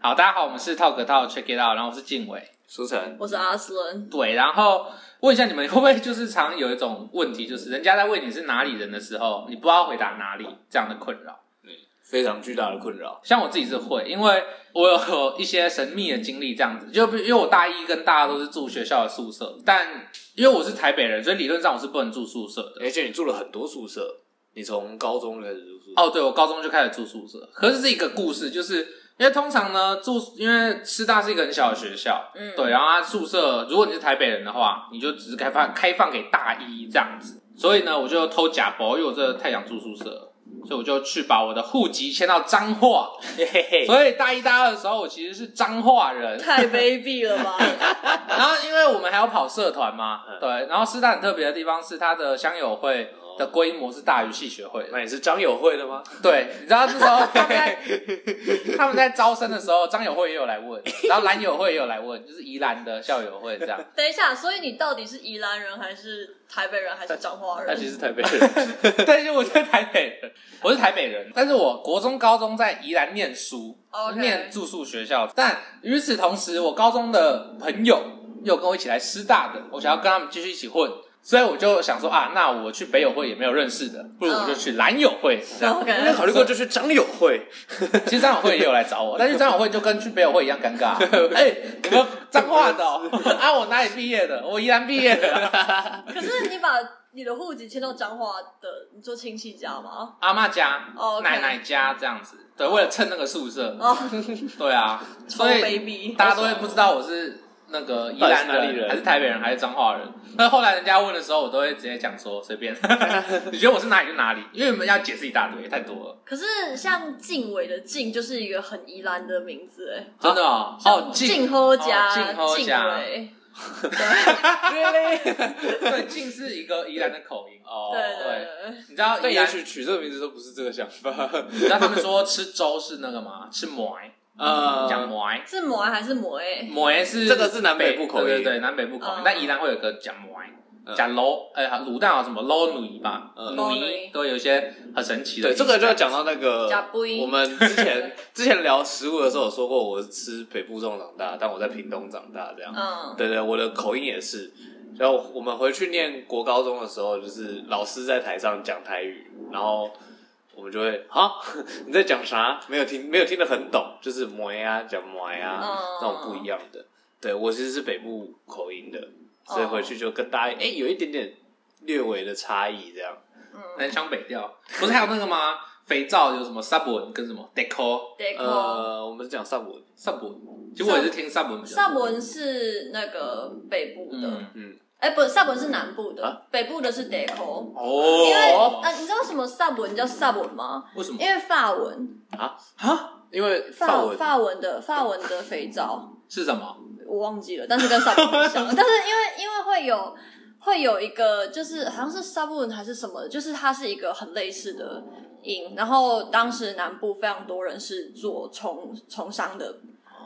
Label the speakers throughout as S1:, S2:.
S1: 好，大家好，我们是 Talk Talk Check It Out，然后我是静伟。
S2: 舒晨，
S3: 我是阿斯伦，
S1: 对，然后问一下你们会不会就是常有一种问题，就是人家在问你是哪里人的时候，你不知道回答哪里这样的困扰。
S2: 非常巨大的困扰。
S1: 像我自己是会，因为我有一些神秘的经历，这样子，就因为我大一跟大二都是住学校的宿舍，但因为我是台北人，所以理论上我是不能住宿舍的。
S2: 而且你住了很多宿舍，你从高中开始住宿舍，
S1: 哦，对，我高中就开始住宿舍，可是是一个故事，就是因为通常呢住，因为师大是一个很小的学校，
S3: 嗯
S1: 对，然后它宿舍，如果你是台北人的话，你就只是开放开放给大一这样子，所以呢，我就偷假包，因为我真的太想住宿舍了。所以我就去把我的户籍迁到彰化，
S2: 嘿嘿嘿，
S1: 所以大一、大二的时候，我其实是彰化人。
S3: 太卑鄙了 吧？
S1: 然后因为我们还要跑社团嘛，
S2: 嗯哦
S1: 对。然后师大很特别的地方是它的乡友会的规模是大于系学会的。
S2: 那你是张友会的吗？
S1: 对，你知道这时 候他们在他们在招生的时候，张友会也有来问，然后蓝友会也有来问，就是宜兰的校友会这样。
S3: 等一下，所以你到底是宜兰人还是台北人还是彰化
S2: 他其
S3: 人？
S2: 实是台北人，
S1: 但是我是台北人，我是台北人，但是我国中、高中在宜兰念书
S3: OK
S1: 念住宿学校。但与此同时，我高中的朋友又跟我一起来师大的，我想要跟他们继续一起混，所以我就想说啊，那我去北友会也没有认识的，不如我就去蓝友会。这样
S3: 嗯 OK
S2: 没有考虑过就去张友会，
S1: 其实张友会也有来找我，但是张友会就跟去北友会一样尴尬。哎、你们彰化的、哦、啊？我哪里毕业的？我宜兰毕业 的。
S3: 可是你把你的户籍迁到彰化的，你做亲戚家 吗？
S1: 阿妈家、
S3: 哦，OK
S1: 奶奶家这样子，对，为了蹭那个宿舍，
S3: 哦，
S1: 对啊，
S3: 超
S1: 所以
S3: 卑鄙！
S1: 大家都会不知道我是那个宜兰
S2: 到底是哪里人
S1: 还是台北人还是彰化人。那后来人家问的时候，我都会直接讲说随 便，你觉得我是哪里就哪里，因为你们要解释一大堆，太多了，
S3: 可是像静伟的静就是一个很宜兰的名字，哎，
S1: 真的哦。哦，
S3: 静喝家，
S1: 静喝
S3: 静
S1: 家，
S3: 伟，
S1: 对，静是一个宜兰的口音。
S2: 哦
S3: 对对对，
S1: 你知道
S2: 但
S1: 宜
S2: 也
S1: 兰
S2: 许取这个名字都不是这个想法，
S1: 你知道他们说吃粥是那个吗？吃馍，
S2: 呃
S1: 讲馍，
S3: 是母还是母哎？
S1: 馍是
S2: 这个是南北部口音
S1: 对对对，南北部口音
S3: 嗯。
S1: 但宜兰会有个讲馍，
S2: 嗯
S1: 讲卤，呃，卤蛋啊什么卤米吧，
S2: 嗯
S1: 卤
S3: 卤
S1: 米
S3: 米
S1: 都有一些很神奇的。
S2: 对，这个就要。讲到那个
S3: 假不一
S2: 我们之前之前聊食物的时候有说过，我是吃北部粽长大，但我在屏东长大，这样，
S3: 嗯，
S2: 对对，我的口音也是。然后我们回去念国高中的时候，就是老师在台上讲台语，然后我们就会啊 你在讲啥？没有听，没有听得很懂，就是摩呀讲摩呀
S3: 嗯
S2: 那种不一样的。对我其实是北部口音的，所以回去就跟大家哎有一点点略微的差异这样。
S3: 嗯
S1: 南腔北调，不是还有那个吗？肥皂有什么 sub 文跟什么 deco
S3: 对，
S2: 呃，我们是讲上文，
S1: sub 文，其实我也是听 sub 文比较多。
S3: 萨文是那个北部的，
S1: 嗯
S2: 嗯，
S3: 哎、不，萨文是南部的，
S2: 啊
S3: 北部的是 Deco。因为
S1: 哦，
S3: 呃，你知道什么萨文叫萨文吗？
S1: 为什么
S3: 因为法文，
S1: 啊？
S2: 因为
S3: 法
S2: 法文
S3: 法文的法文的肥皂，
S1: 是什么？
S3: 我忘记了，但是跟萨文很 像。但是因为因为会有会有一个，就是好像是萨文还是什么，就是它是一个很类似的音。然后当时南部非常多人是做从从商的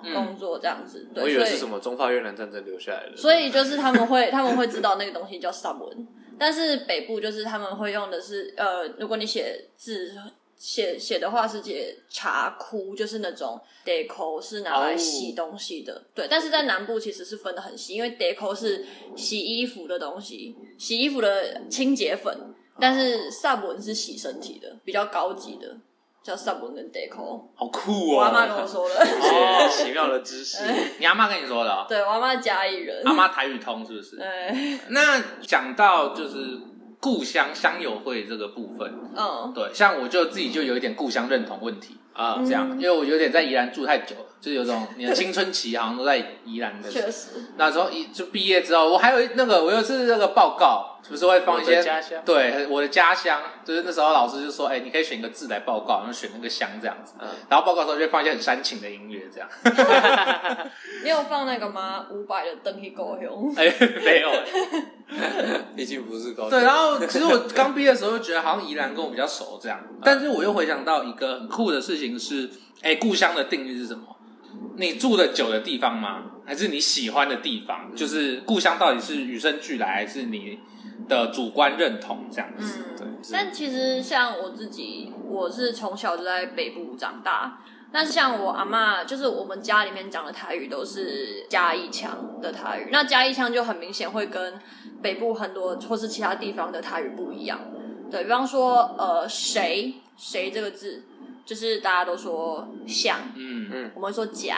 S1: 嗯
S3: 工作这样子，对，
S2: 我以为
S3: 所
S2: 是什么中法越南战争留下来的，
S3: 所以就是他们会 他们会知道那个东西叫 subway，但是北部就是他们会用的是呃，如果你写字写写的话是写茶窟，就是那种 deco 是拿来洗东西的对。但是在南部其实是分的很细，因为 deco 是洗衣服的东西，洗衣服的清洁粉，但是 subway 是洗身体的，比较高级的。叫 subway 跟 deco，
S1: 好酷
S3: 我阿妈
S1: 哦！
S3: 跟我说的，
S2: 一些奇妙的知识。
S1: 你阿妈跟你说的哦，
S3: 对我阿妈家里人，
S1: 阿妈台语通是不
S3: 嗯
S1: 是？
S3: 对，
S1: 那讲到就是故乡乡友会这个部分，
S3: 嗯，
S1: 对，像我就自己就有一点故乡认同问题，
S2: 啊，
S1: 这样，因为我有点在宜兰住太久了，就是有种你的青春期好像都在宜兰的。
S3: 确实，
S1: 那时候一就毕业之后，我还有一那个我有一次那个报告，不是会放一
S2: 我
S1: 些
S2: 的家乡
S1: 对我的家乡，就是那时候老师就说，哎、你可以选一个字来报告，然后选那个乡这样子，
S2: 嗯
S1: 然后报告的时候就会放一些很煽情的音乐这样。
S3: 你有放那个吗？伍佰的《登去高雄》
S1: 哎、没有、
S2: 毕竟不是高
S1: 哦对，然 后其实我刚毕业的时候就觉得好像宜兰跟我比较熟这样，但是我又回想到一个很酷的事情是，哎，故乡的定义是什么？你住的久的地方吗？还是你喜欢的地方？就是故乡到底是与生俱来，还是你的主观认同这样子？
S3: 嗯，
S2: 对，
S3: 但其实像我自己，我是从小就在北部长大，但是像我阿嬷，就是我们家里面讲的台语都是嘉义腔的台语，那嘉义腔就很明显会跟北部很多或是其他地方的台语不一样。对比方说，呃，谁谁这个字，就是大家都说像，
S1: 嗯，
S3: 我们会说夹，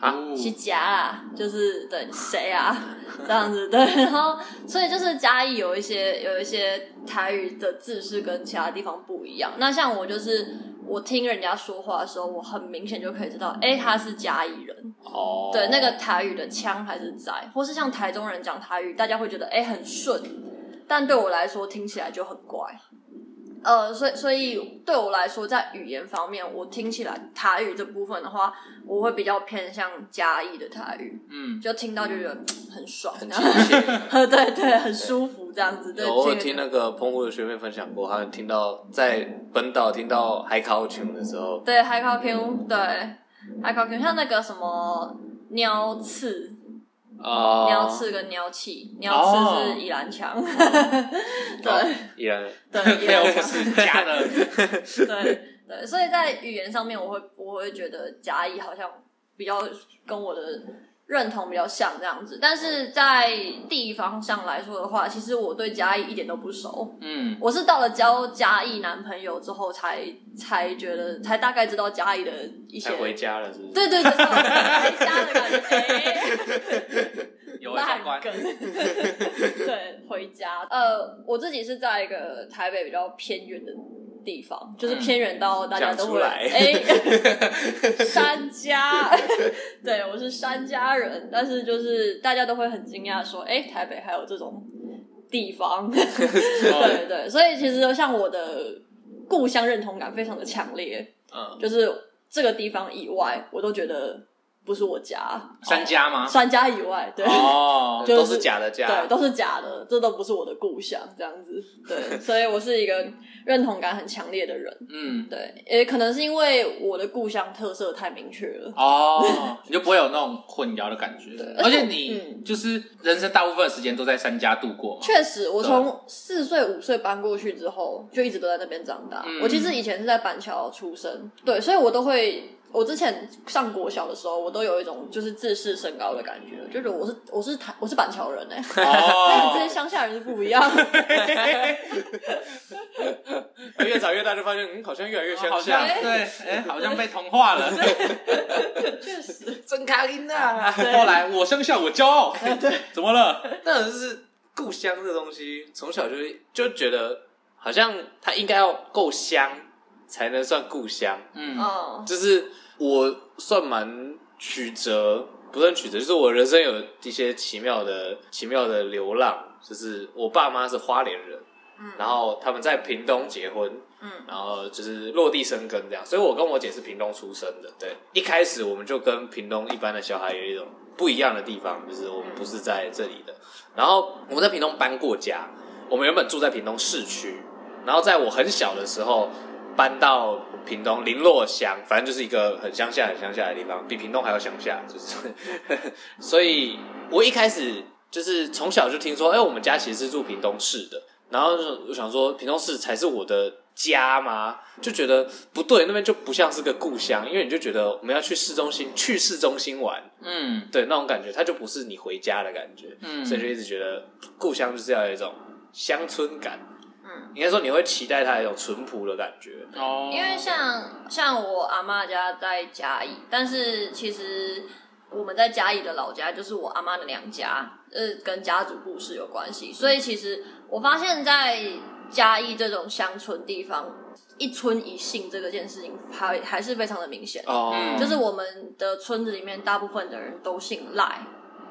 S2: 啊
S1: 哦
S3: 是夹啦，就是对谁啊这样子对， 然后所以就是嘉义有一些有一些台语的字是跟其他地方不一样。那像我就是我听人家说话的时候，我很明显就可以知道，哎、他是嘉义人，
S2: 哦，
S3: 对那个台语的腔还是在，或是像台中人讲台语，大家会觉得哎、很顺，但对我来说听起来就很怪。呃，所以所以对我来说，在语言方面，我听起来台语这部分的话，我会比较偏向嘉义的台语，
S1: 嗯，
S3: 就听到就觉得嗯很爽，
S2: 很
S3: 然
S2: 亲
S3: 后
S2: 切。
S3: 对对，很舒服这样子。对，
S2: 有我有
S3: 这个
S2: 听那个澎湖的学妹分享过，她听到在本岛听到海考群的时候，
S3: 对海考 Q 对海考 Q，像那个什么鸟刺，
S2: 啊，
S3: 鸟刺跟鸟气，鸟
S1: 哦
S3: 刺是宜兰腔，
S2: 哦
S3: 对
S2: 依然
S3: 对，
S1: 嗯
S3: 宜
S1: 没有
S3: 兰
S1: 不
S3: 腔，
S1: 是假 的，
S3: 对对，所以在语言上面，我会我会觉得甲乙好像比较跟我的认同比较像这样子，但是在地方上来说的话，其实我对甲乙一点都不熟，
S1: 嗯，
S3: 我是到了交嘉义男朋友之后才，才觉得，才大概知道嘉义的一些
S2: 才。回家了，是不是？
S3: 对对对，才回家的感觉，哎
S1: 有
S3: 烂
S1: 相关，
S3: 梗。 对，回家。呃，我自己是在一个台北比较偏远的地方，就是偏远到大家都
S2: 讲出
S3: 会
S2: 来
S3: 哎、 山家。对，我是山家人，但是就是大家都会很惊讶说，哎、台北还有这种地 方。哦
S1: 哦
S3: 对对，所以其实像我的故乡认同感非常的强烈，
S2: 嗯，
S3: 就是这个地方以外，我都觉得不是我家，
S1: 三家吗？
S3: 三家以外，对。
S1: 哦，
S3: 就是
S2: 都是假的
S3: 对，
S2: 假，
S3: 都是假的，这都不是我的故乡，这样子。 对，所以我是一个认同感很强烈的人。
S1: 嗯，
S3: 对，也可能是因为我的故乡特色太明确了。
S1: 哦，你就不会有那种混淆的感觉，而且你
S3: 嗯
S1: 就是人生大部分的时间都在三家度过嘛，
S3: 确实，我从四岁五岁搬过去之后，就一直都在那边长大。
S1: 嗯
S3: 我其实以前是在板桥出生，对，所以我都会，我之前上国小的时候，我都有一种就是自视甚高的感觉，就觉得我是我是台我是板桥 人哎、欸，跟这些
S1: 哦，
S3: 乡下人是不一样。
S2: 越长越大就发现，嗯，好像越来越
S1: 好
S2: 乡
S1: 像
S2: 下，
S3: 哎
S1: 对，哎，好像被同化了。
S3: 确实，
S2: 真卡因 啊！
S1: 后来我生下我骄傲， 怎么了？
S2: 那就是故乡这东西，从小就就觉得好像它应该要够香才能算故乡。
S1: 嗯，
S3: 嗯，
S2: 就是我算蛮曲折，不算曲折，就是我人生有一些奇妙的奇妙的流浪。就是我爸妈是花莲人，然后他们在屏东结婚，
S3: 嗯
S2: 然后就是落地生根这样。所以我跟我姐是屏东出生的，对。一开始我们就跟屏东一般的小孩有一种不一样的地方，就是我们不是在这里的。然后我们在屏东搬过家，我们原本住在屏东市区，然后在我很小的时候搬到屏东林洛乡，反正就是一个很乡下、很乡下的地方，比屏东还要乡下，就是 所以我一开始就是从小就听说，哎、我们家其实是住屏东市的，然后就我想说，屏东市才是我的家吗？就觉得不对，那边就不像是个故乡，因为你就觉得我们要去市中心，去市中心玩，
S1: 嗯
S2: 对那种感觉，它就不是你回家的感觉，
S1: 嗯，
S2: 所以就一直觉得故乡就是要有一种乡村感。
S3: 嗯，
S2: 应该说你会期待它有一种淳朴的感觉。
S1: 哦，
S3: 因为像像我阿妈家在嘉义，但是其实我们在嘉义的老家就是我阿妈的娘家，呃，跟家族故事有关系。所以其实我发现，在嘉义这种乡村地方，一村一姓这个件事情还还是非常的明显。
S2: 哦
S1: 嗯
S3: 就是我们的村子里面大部分的人都姓赖，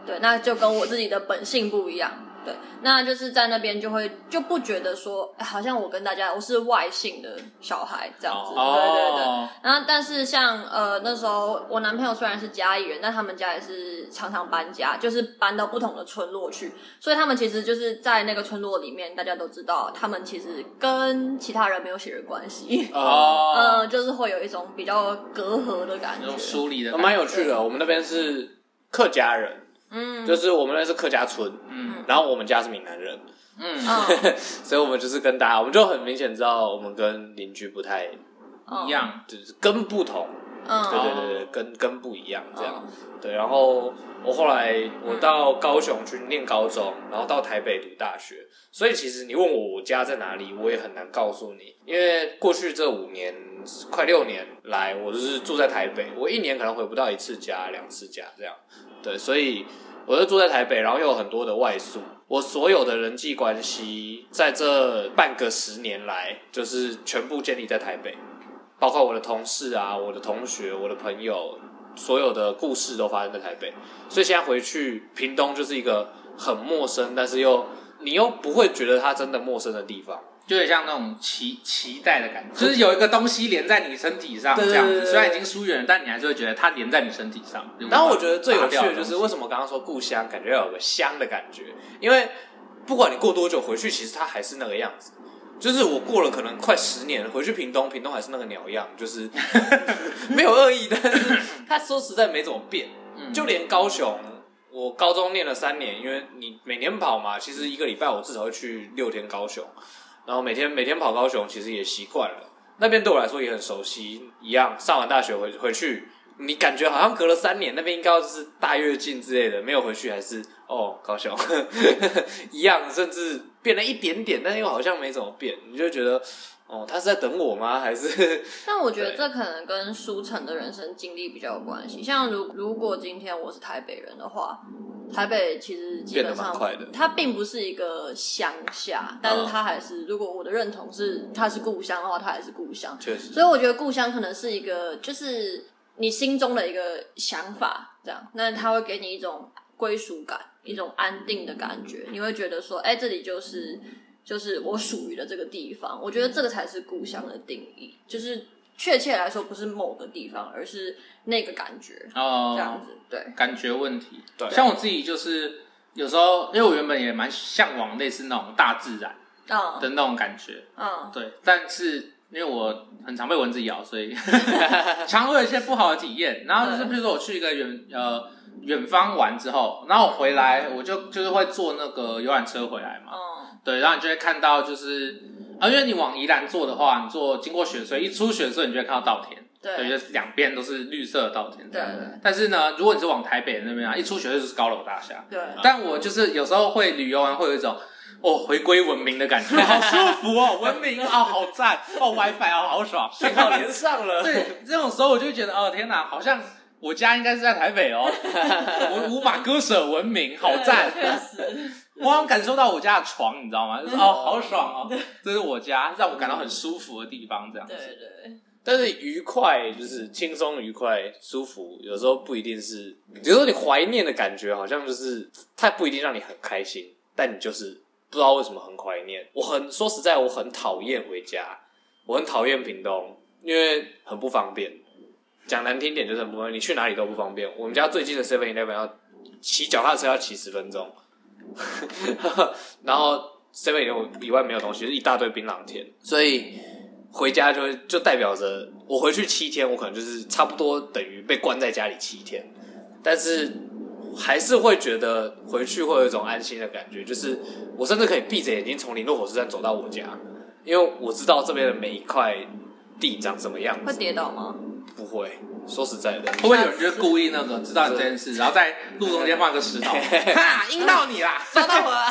S3: 对，那就跟我自己的本性不一样，对，那就是在那边就会就不觉得说，哎好像我跟大家我是外姓的小孩这样子，对对对。
S1: 哦，
S3: 然后，但是像呃那时候我男朋友虽然是嘉义人，但他们家也是常常搬家，就是搬到不同的村落去，所以他们其实就是在那个村落里面，大家都知道他们其实跟其他人没有血缘关系。
S1: 哦，
S3: 嗯，就是会有一种比较隔阂的感
S1: 那
S3: 觉
S1: 种。疏离的
S2: 那
S1: 感觉，
S2: 蛮有趣的。我们那边是客家人，
S3: 嗯，
S2: 就是我们那边是客家村，
S1: 嗯
S2: 然后我们家是闽南人，
S1: 嗯，
S3: 嗯
S2: 所以我们就是跟大家，我们就很明显知道我们跟邻居不太，
S3: 嗯
S1: 一样，
S2: 就是根不同。对
S3: 嗯，
S2: 对对对，跟跟不一样这样。对，然后我后来我到高雄去念高中，然后到台北读大学，所以其实你问我我家在哪里，我也很难告诉你，因为过去这五年快六年来，我就是住在台北，我一年可能回不到一次家、两次家这样。对，所以我就住在台北，然后又有很多的外宿。我所有的人际关系，在这半个十年来，就是全部建立在台北。包括我的同事啊、我的同学、我的朋友，所有的故事都发生在台北。所以现在回去屏东就是一个很陌生，但是又你又不会觉得它真的陌生的地方。
S1: 就有点像那种脐脐带的感觉，就是有一个东西连在你身体上
S2: 对
S1: 这样子，
S2: 对
S1: 虽然已经疏远了，但你还是会觉得它连在你身体上。
S2: 然后我觉得最有趣
S1: 拔掉
S2: 的
S1: 的
S2: 就是
S1: 东西
S2: 为什么刚刚说故乡，感觉要有个乡的感觉，因为不管你过多久回去，其实它还是那个样子。就是我过了可能快十年，回去屏东，屏东还是那个鸟样，就是 没有恶意，但是它说实在没怎么变。
S1: 嗯
S2: 就连高雄，我高中念了三年，因为你每年跑嘛，其实一个礼拜我至少会去六天高雄，然后每天每天跑高雄，其实也习惯了。那边对我来说也很熟悉，一样上完大学回回去，你感觉好像隔了三年，那边应该就是大跃进之类的，没有回去还是哦高雄 一样，甚至变了一点点，但又好像没怎么变，你就觉得哦他是在等我吗？还是
S3: 但我觉得
S2: 对
S3: 这可能跟舒城的人生经历比较有关系。像如如果今天我是台北人的话，台北其实基本
S2: 变得
S3: 上
S2: 蛮快的。
S3: 它并不是一个乡下，但是它还是，如果我的认同是它是故乡的话，它还是故乡
S2: 确实
S3: 所以我觉得故乡可能是一个，就是你心中的一个想法，这样，那它会给你一种归属感，一种安定的感觉，你会觉得说，哎、这里就是就是我属于的这个地方。我觉得这个才是故乡的定义，就是确切来说不是某个地方，而是那个感觉，这样
S1: 哦，
S3: 子，对，
S1: 感觉问题。
S2: 对
S1: 像我自己就是有时候，因为我原本也蛮向往类似那种大自然
S3: 嗯
S1: 的那种感觉，
S3: 嗯
S1: 对，但是。因为我很常被蚊子咬，所以 常会有一些不好的体验。然后就是，
S3: 对
S1: 比如说我去一个远呃远方玩之后，然后我回来，我就就是会坐那个游览车回来嘛。
S3: 嗯，
S1: 对，然后你就会看到就是啊，因为你往宜兰坐的话，你坐经过雪隧，一出雪隧你就会看到稻田，对，
S3: 对，
S1: 就是两边都是绿色的稻田这样
S3: 对对。
S1: 但是呢，如果你是往台北那边啊，一出雪隧就是高楼大厦。
S3: 对，
S1: 但我就是有时候会旅游完会有一种。哦，回归文明的感觉，好舒服哦！文明哦，好赞哦！WiFi 哦，好爽。
S2: 幸好连上了，
S1: 对，这种时候我就会觉得，哦，天哪，好像我家应该是在台北哦，我无法割舍文明，好赞。
S3: 确实，
S1: 我好像感受到我家的床，你知道吗？就是哦，好爽哦，这是我家，让我感到很舒服的地方，这样
S3: 对。对，
S2: 但是愉快就是轻松、愉快、舒服，有时候不一定是，有时候你怀念的感觉好像就是它不一定让你很开心，但你就是不知道为什么很怀念。我很说实在，我很讨厌回家，我很讨厌屏东，因为很不方便。讲难听点就是很不方便，你去哪里都不方便。我们家最近的 Seven Eleven 要骑脚踏车要骑十分钟， 然后 Seven Eleven 以外没有东西，就是一大堆槟榔田，所以回家就会就代表着我回去七天，我可能就是差不多等于被关在家里七天，但是还是会觉得回去会有一种安心的感觉，就是我甚至可以闭着眼睛从林路火车站走到我家，因为我知道这边的每一块地长什么样
S3: 会
S2: 子。
S3: 跌倒吗？
S2: 不会，说实在的，
S1: 会不会有人就是故意那个知道你这件事，然后在路中间放个石头，哈，阴到你 啦，
S2: 抓到我了。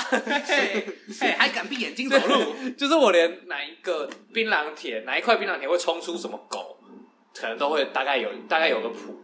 S1: 嘿，嘿，还敢闭眼睛走 路？
S2: 就是我连哪一个槟榔田，哪一块槟榔田会冲出什么狗，可能都会大概有大概有个谱。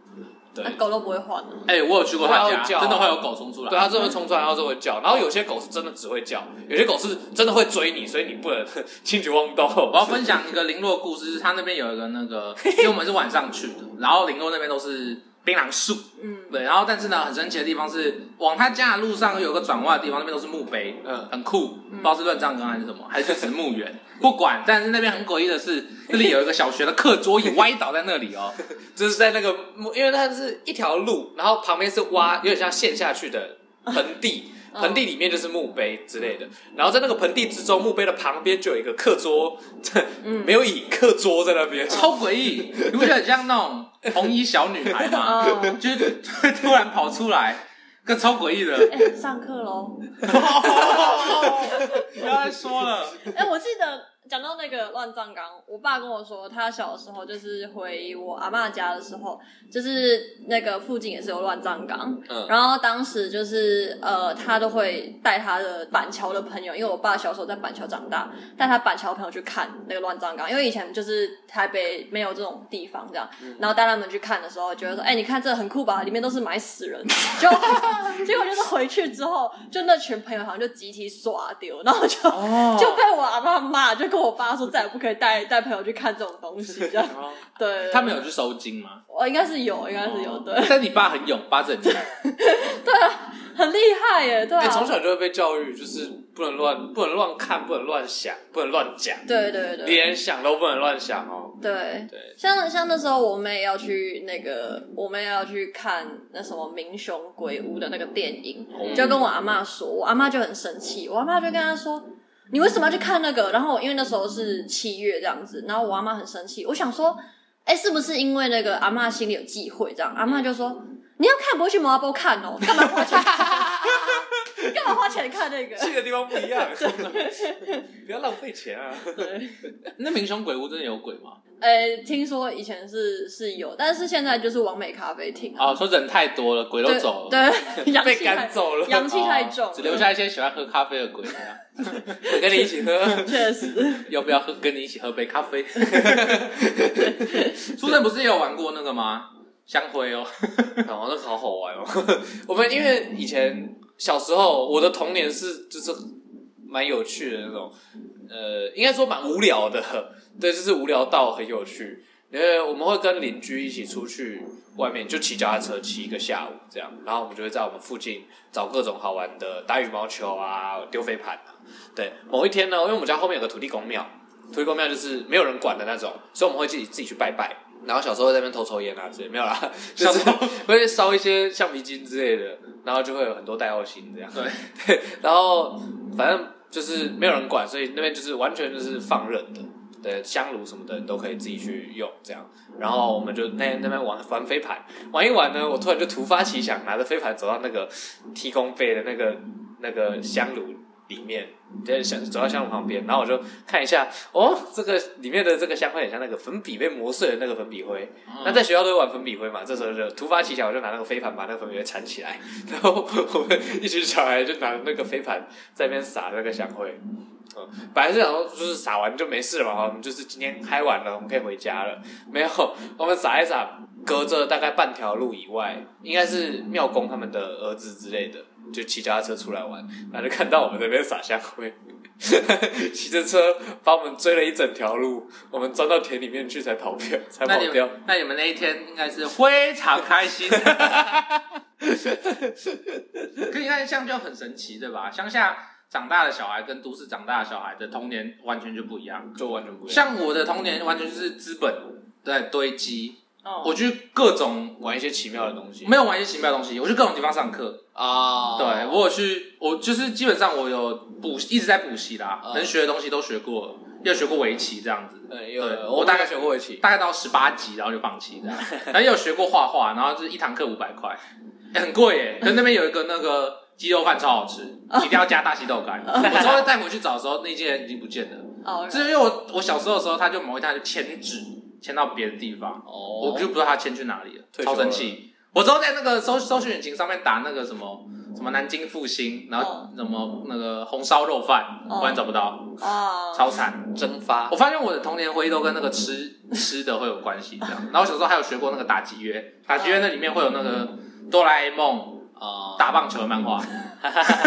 S2: 对，
S3: 那狗都不会换的，
S1: 哎，我有去过他
S2: 我
S1: 家，
S2: 要叫啊
S1: 真的会有狗冲出
S2: 对，啊
S1: 来。
S2: 它真的会冲出来，它就会叫。然后有些狗是真的只会叫，有些狗是真的会追你，所以你不能 轻举 妄动。
S1: 我要分享一个零落故事，就是他那边有一个那个， 因为我们是晚上去的，然后零落那边都是槟榔树，
S3: 嗯，
S1: 对，然后但是呢，很神奇的地方是，往他家的路上有个转弯的地方，那边都是墓碑，
S2: 嗯
S1: 很酷，不知道是乱葬岗还是什么，还是植墓园，不管。但是那边很诡异的是，那里有一个小学的课桌椅歪倒在那里哦，
S2: 就是在那个木，因为它是一条路，然后旁边是挖，有点像陷下去的盆地，
S3: 嗯
S2: 盆地里面就是墓碑之类的。然后在那个盆地之中，墓碑的旁边就有一个课桌，
S3: 嗯
S2: 没有椅，课桌在那边。
S3: 哦
S1: 超诡异，你不觉得很像那种红衣小女孩 吗？
S3: 哦
S1: 就是突然跑出来，跟超诡异 的。
S3: 哎，上课喽。哦
S1: 不要再说了，
S3: 哎、我记得讲到那个乱葬岗，我爸跟我说，他小时候就是回我阿嬷家的时候，就是那个附近也是有乱葬岗，
S1: 嗯
S3: 然后当时就是呃，他都会带他的板桥的朋友，因为我爸小时候在板桥长大，带他板桥朋友去看那个乱葬岗，因为以前就是台北没有这种地方这样，
S1: 嗯
S3: 然后带他们去看的时候，觉得说，哎、你看这很酷吧，里面都是埋死 人，就结果就是回去之后，就那群朋友好像就集体耍丢，然后就。
S1: 哦
S3: 就被我阿妈骂，就跟我爸说再也不可以带带朋友去看这种东西，这样
S1: 哦
S3: 对。
S1: 他们有去收金吗？
S3: 哦我应该是有，应该是哦
S2: 哦
S3: 有，对，
S1: 但你爸很勇，八字很硬。
S3: 很厉害耶，对
S2: 哎，
S3: 啊，
S2: 从小就会被教育，就是不能乱，不能乱看，不能乱想，不能乱讲，
S3: 对对对
S2: 连想都不能乱想哦。
S3: 对。
S2: 对，
S3: 像像那时候我妹要去那个，我妹要去看那什么《民雄鬼屋》的那个电影，
S2: 哦
S3: 就跟我阿妈说，我阿妈就很生气，我阿妈就跟她说。你为什么要去看那个？然后因为那时候是七月这样子，然后我阿妈很生气，我想说，哎、是不是因为那个阿妈心里有忌讳这样？阿妈就说，你要看不会去毛阿波看 哦，干嘛花钱？干嘛花钱看那个？
S2: 去的地方不一样，不要浪费钱啊。
S3: 对，
S1: 那民雄鬼屋真的有鬼吗？
S3: 哎、听说以前是是有，但是现在就是完美咖啡厅啊，
S1: 哦，说人太多了，鬼都
S3: 对
S1: 走了， 哦
S3: 对， 阳
S2: 被
S3: 气
S2: 赶
S3: 太
S2: 走了，
S3: 阳气太重了，
S1: 只留下一些喜欢喝咖啡的鬼这样。
S2: 我跟你一起喝。
S3: 确 实，
S1: 要不要喝？跟你一起喝杯咖啡？ 苏正不是也有玩过那个吗？香灰哦，
S2: 然后那个好好玩哦。 我们因为以前小时候，我的童年是就是蛮有趣的那种，呃，应该说蛮无聊的，对，就是无聊到很有趣。因为我们会跟邻居一起出去外面，就骑脚踏车骑一个下午这样，然后我们就会在我们附近找各种好玩的，打羽毛球啊，丢飞盘啊。对，某一天呢，因为我们家后面有个土地公庙，土地公庙就是没有人管的那种，所以我们会自己自己去拜拜。然后小时候在那边偷抽烟啊之类，没有啦，就是 会烧一些橡皮筋之类的，然后就会有很多代号星这样。
S1: 对
S2: 对，然后反正就是没有人管，所以那边就是完全就是放任的，对，香炉什么的你都可以自己去用这样。然后我们就那那边玩玩飞盘，玩一玩呢，我突然就突发奇想，拿着飞盘走到那个提供杯的那个那个香炉里面，在香走到香炉旁边，然后我就看一下，哦，这个里面的这个香灰很像那个粉笔被磨碎的那个粉笔灰。
S1: 哦
S2: 那在学校都会玩粉笔灰嘛，这时候就突发奇想，我就拿那个飞盘把那个粉笔灰缠起来，然后我们一群小孩就拿那个飞盘在那边撒那个香灰。嗯，本来是想说就是撒完就没事了嘛，我们就是今天嗨完了，我们可以回家了。没有，我们撒一撒，隔着大概半条路以外，应该是庙公他们的儿子之类的，就骑脚踏车出来玩，然后就看到我们这边撒香灰， 骑着车把我们追了一整条路，我们钻到田里面去才逃票，才
S1: 那
S2: 跑
S1: 你
S2: 掉。
S1: 们那你们那一天应该是非常开心。 可你看，像就很神奇，对吧？乡下长大的小孩跟都市长大的小孩的童年完全就不一样。
S2: 就完全不一样。
S1: 像我的童年完全就是资本在堆积，
S3: 哦
S1: 我，去各种
S2: 玩一些奇妙的东西
S1: 没有玩一些奇妙的东西，我去各种地方上课，
S2: 啊，
S1: 对我有去，我就是基本上我有补，一直在补习啦，
S2: 嗯
S1: 能学的东西都学过了，也有学过围棋这样子，
S2: 对，
S1: 对
S2: 呃有
S1: 我大概
S2: 学过一起，
S1: 大概到十八级，然后就放弃这样， 然后也有学过画画，然后就是一堂课五百块，欸很贵耶，可是那边有一个那个鸡肉饭超好吃，一定要加大西豆干，我之后带回去找的时候，那件人已经不见了，
S3: 哦，
S1: 这是因为我我小时候的时候，他就某一天他就迁址，迁到别的地方，
S2: 哦
S1: 我就不知道他迁去哪里了，
S2: 退休
S1: 超
S2: 了
S1: 生气。我之后在那个搜搜寻引擎上面打那个什么什么南京复兴，然后
S3: 哦
S1: 什么那个红烧肉饭，
S3: 哦
S1: 完全找不到，
S3: 啊，
S1: 超惨。
S2: 蒸发
S1: 我发现我的童年回忆都跟那个吃吃的会有关系，这样。然后我小时候还有学过那个打击乐，打击乐那里面会有那个哆啦 A 梦
S2: 啊，
S1: 打棒球的漫画，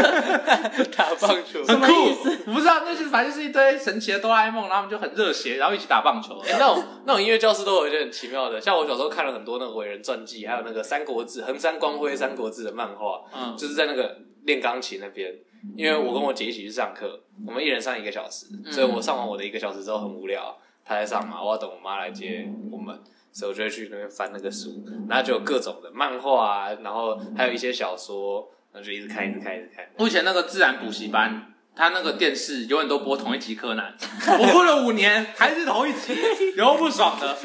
S2: 打棒球
S1: 很酷
S3: 么意思。
S1: 我不知道，那就是反正就是一堆神奇的哆啦 A 梦，然后他们就很热血，然后一起打棒球。
S2: 哎、那种那种音乐教室都有一些很奇妙的，像我小时候看了很多那个伟人传记，还有那个《三国志》横山光辉《三国志》的漫画，
S1: 嗯，
S2: 就是在那个练钢琴那边，因为我跟我姐一起去上课，我们一人上一个小时，所以我上完我的一个小时之后很无聊，她在上嘛，我要等我妈来接我们，所以我就会去那边翻那个书，然后就有各种的漫画啊，然后还有一些小说，然后就一直看，一直看，一直看。
S1: 我以前那个自然补习班，他那个电视永远都播同一集柯南，我过了五年还是同一集，有够不爽的。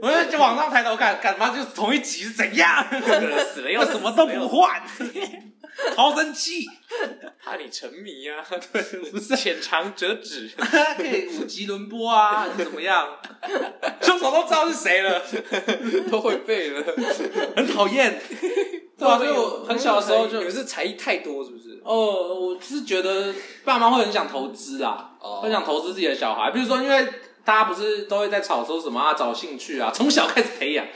S1: 我就就往上抬头看，干嘛就是同一集是怎样？
S2: 这个人死了又
S1: 我
S2: 死
S1: 什么都不
S2: 会。
S1: 换，好生气。
S4: 怕你沉迷呀、啊，对，不是浅尝辄止。
S1: 他 可以五级轮播啊，还是怎么样？ 凶手都知道是谁了，
S4: 都会背了。
S1: 很讨厌。对啊，所以我很小的时候就
S2: 你们是才艺太多，是不是？
S1: 哦，我是觉得爸妈会很想投资啦，
S2: 哦
S1: 会想投资自己的小孩。比如说，因为大家不是都会在吵说什么啊，找兴趣啊， 从小开始培养，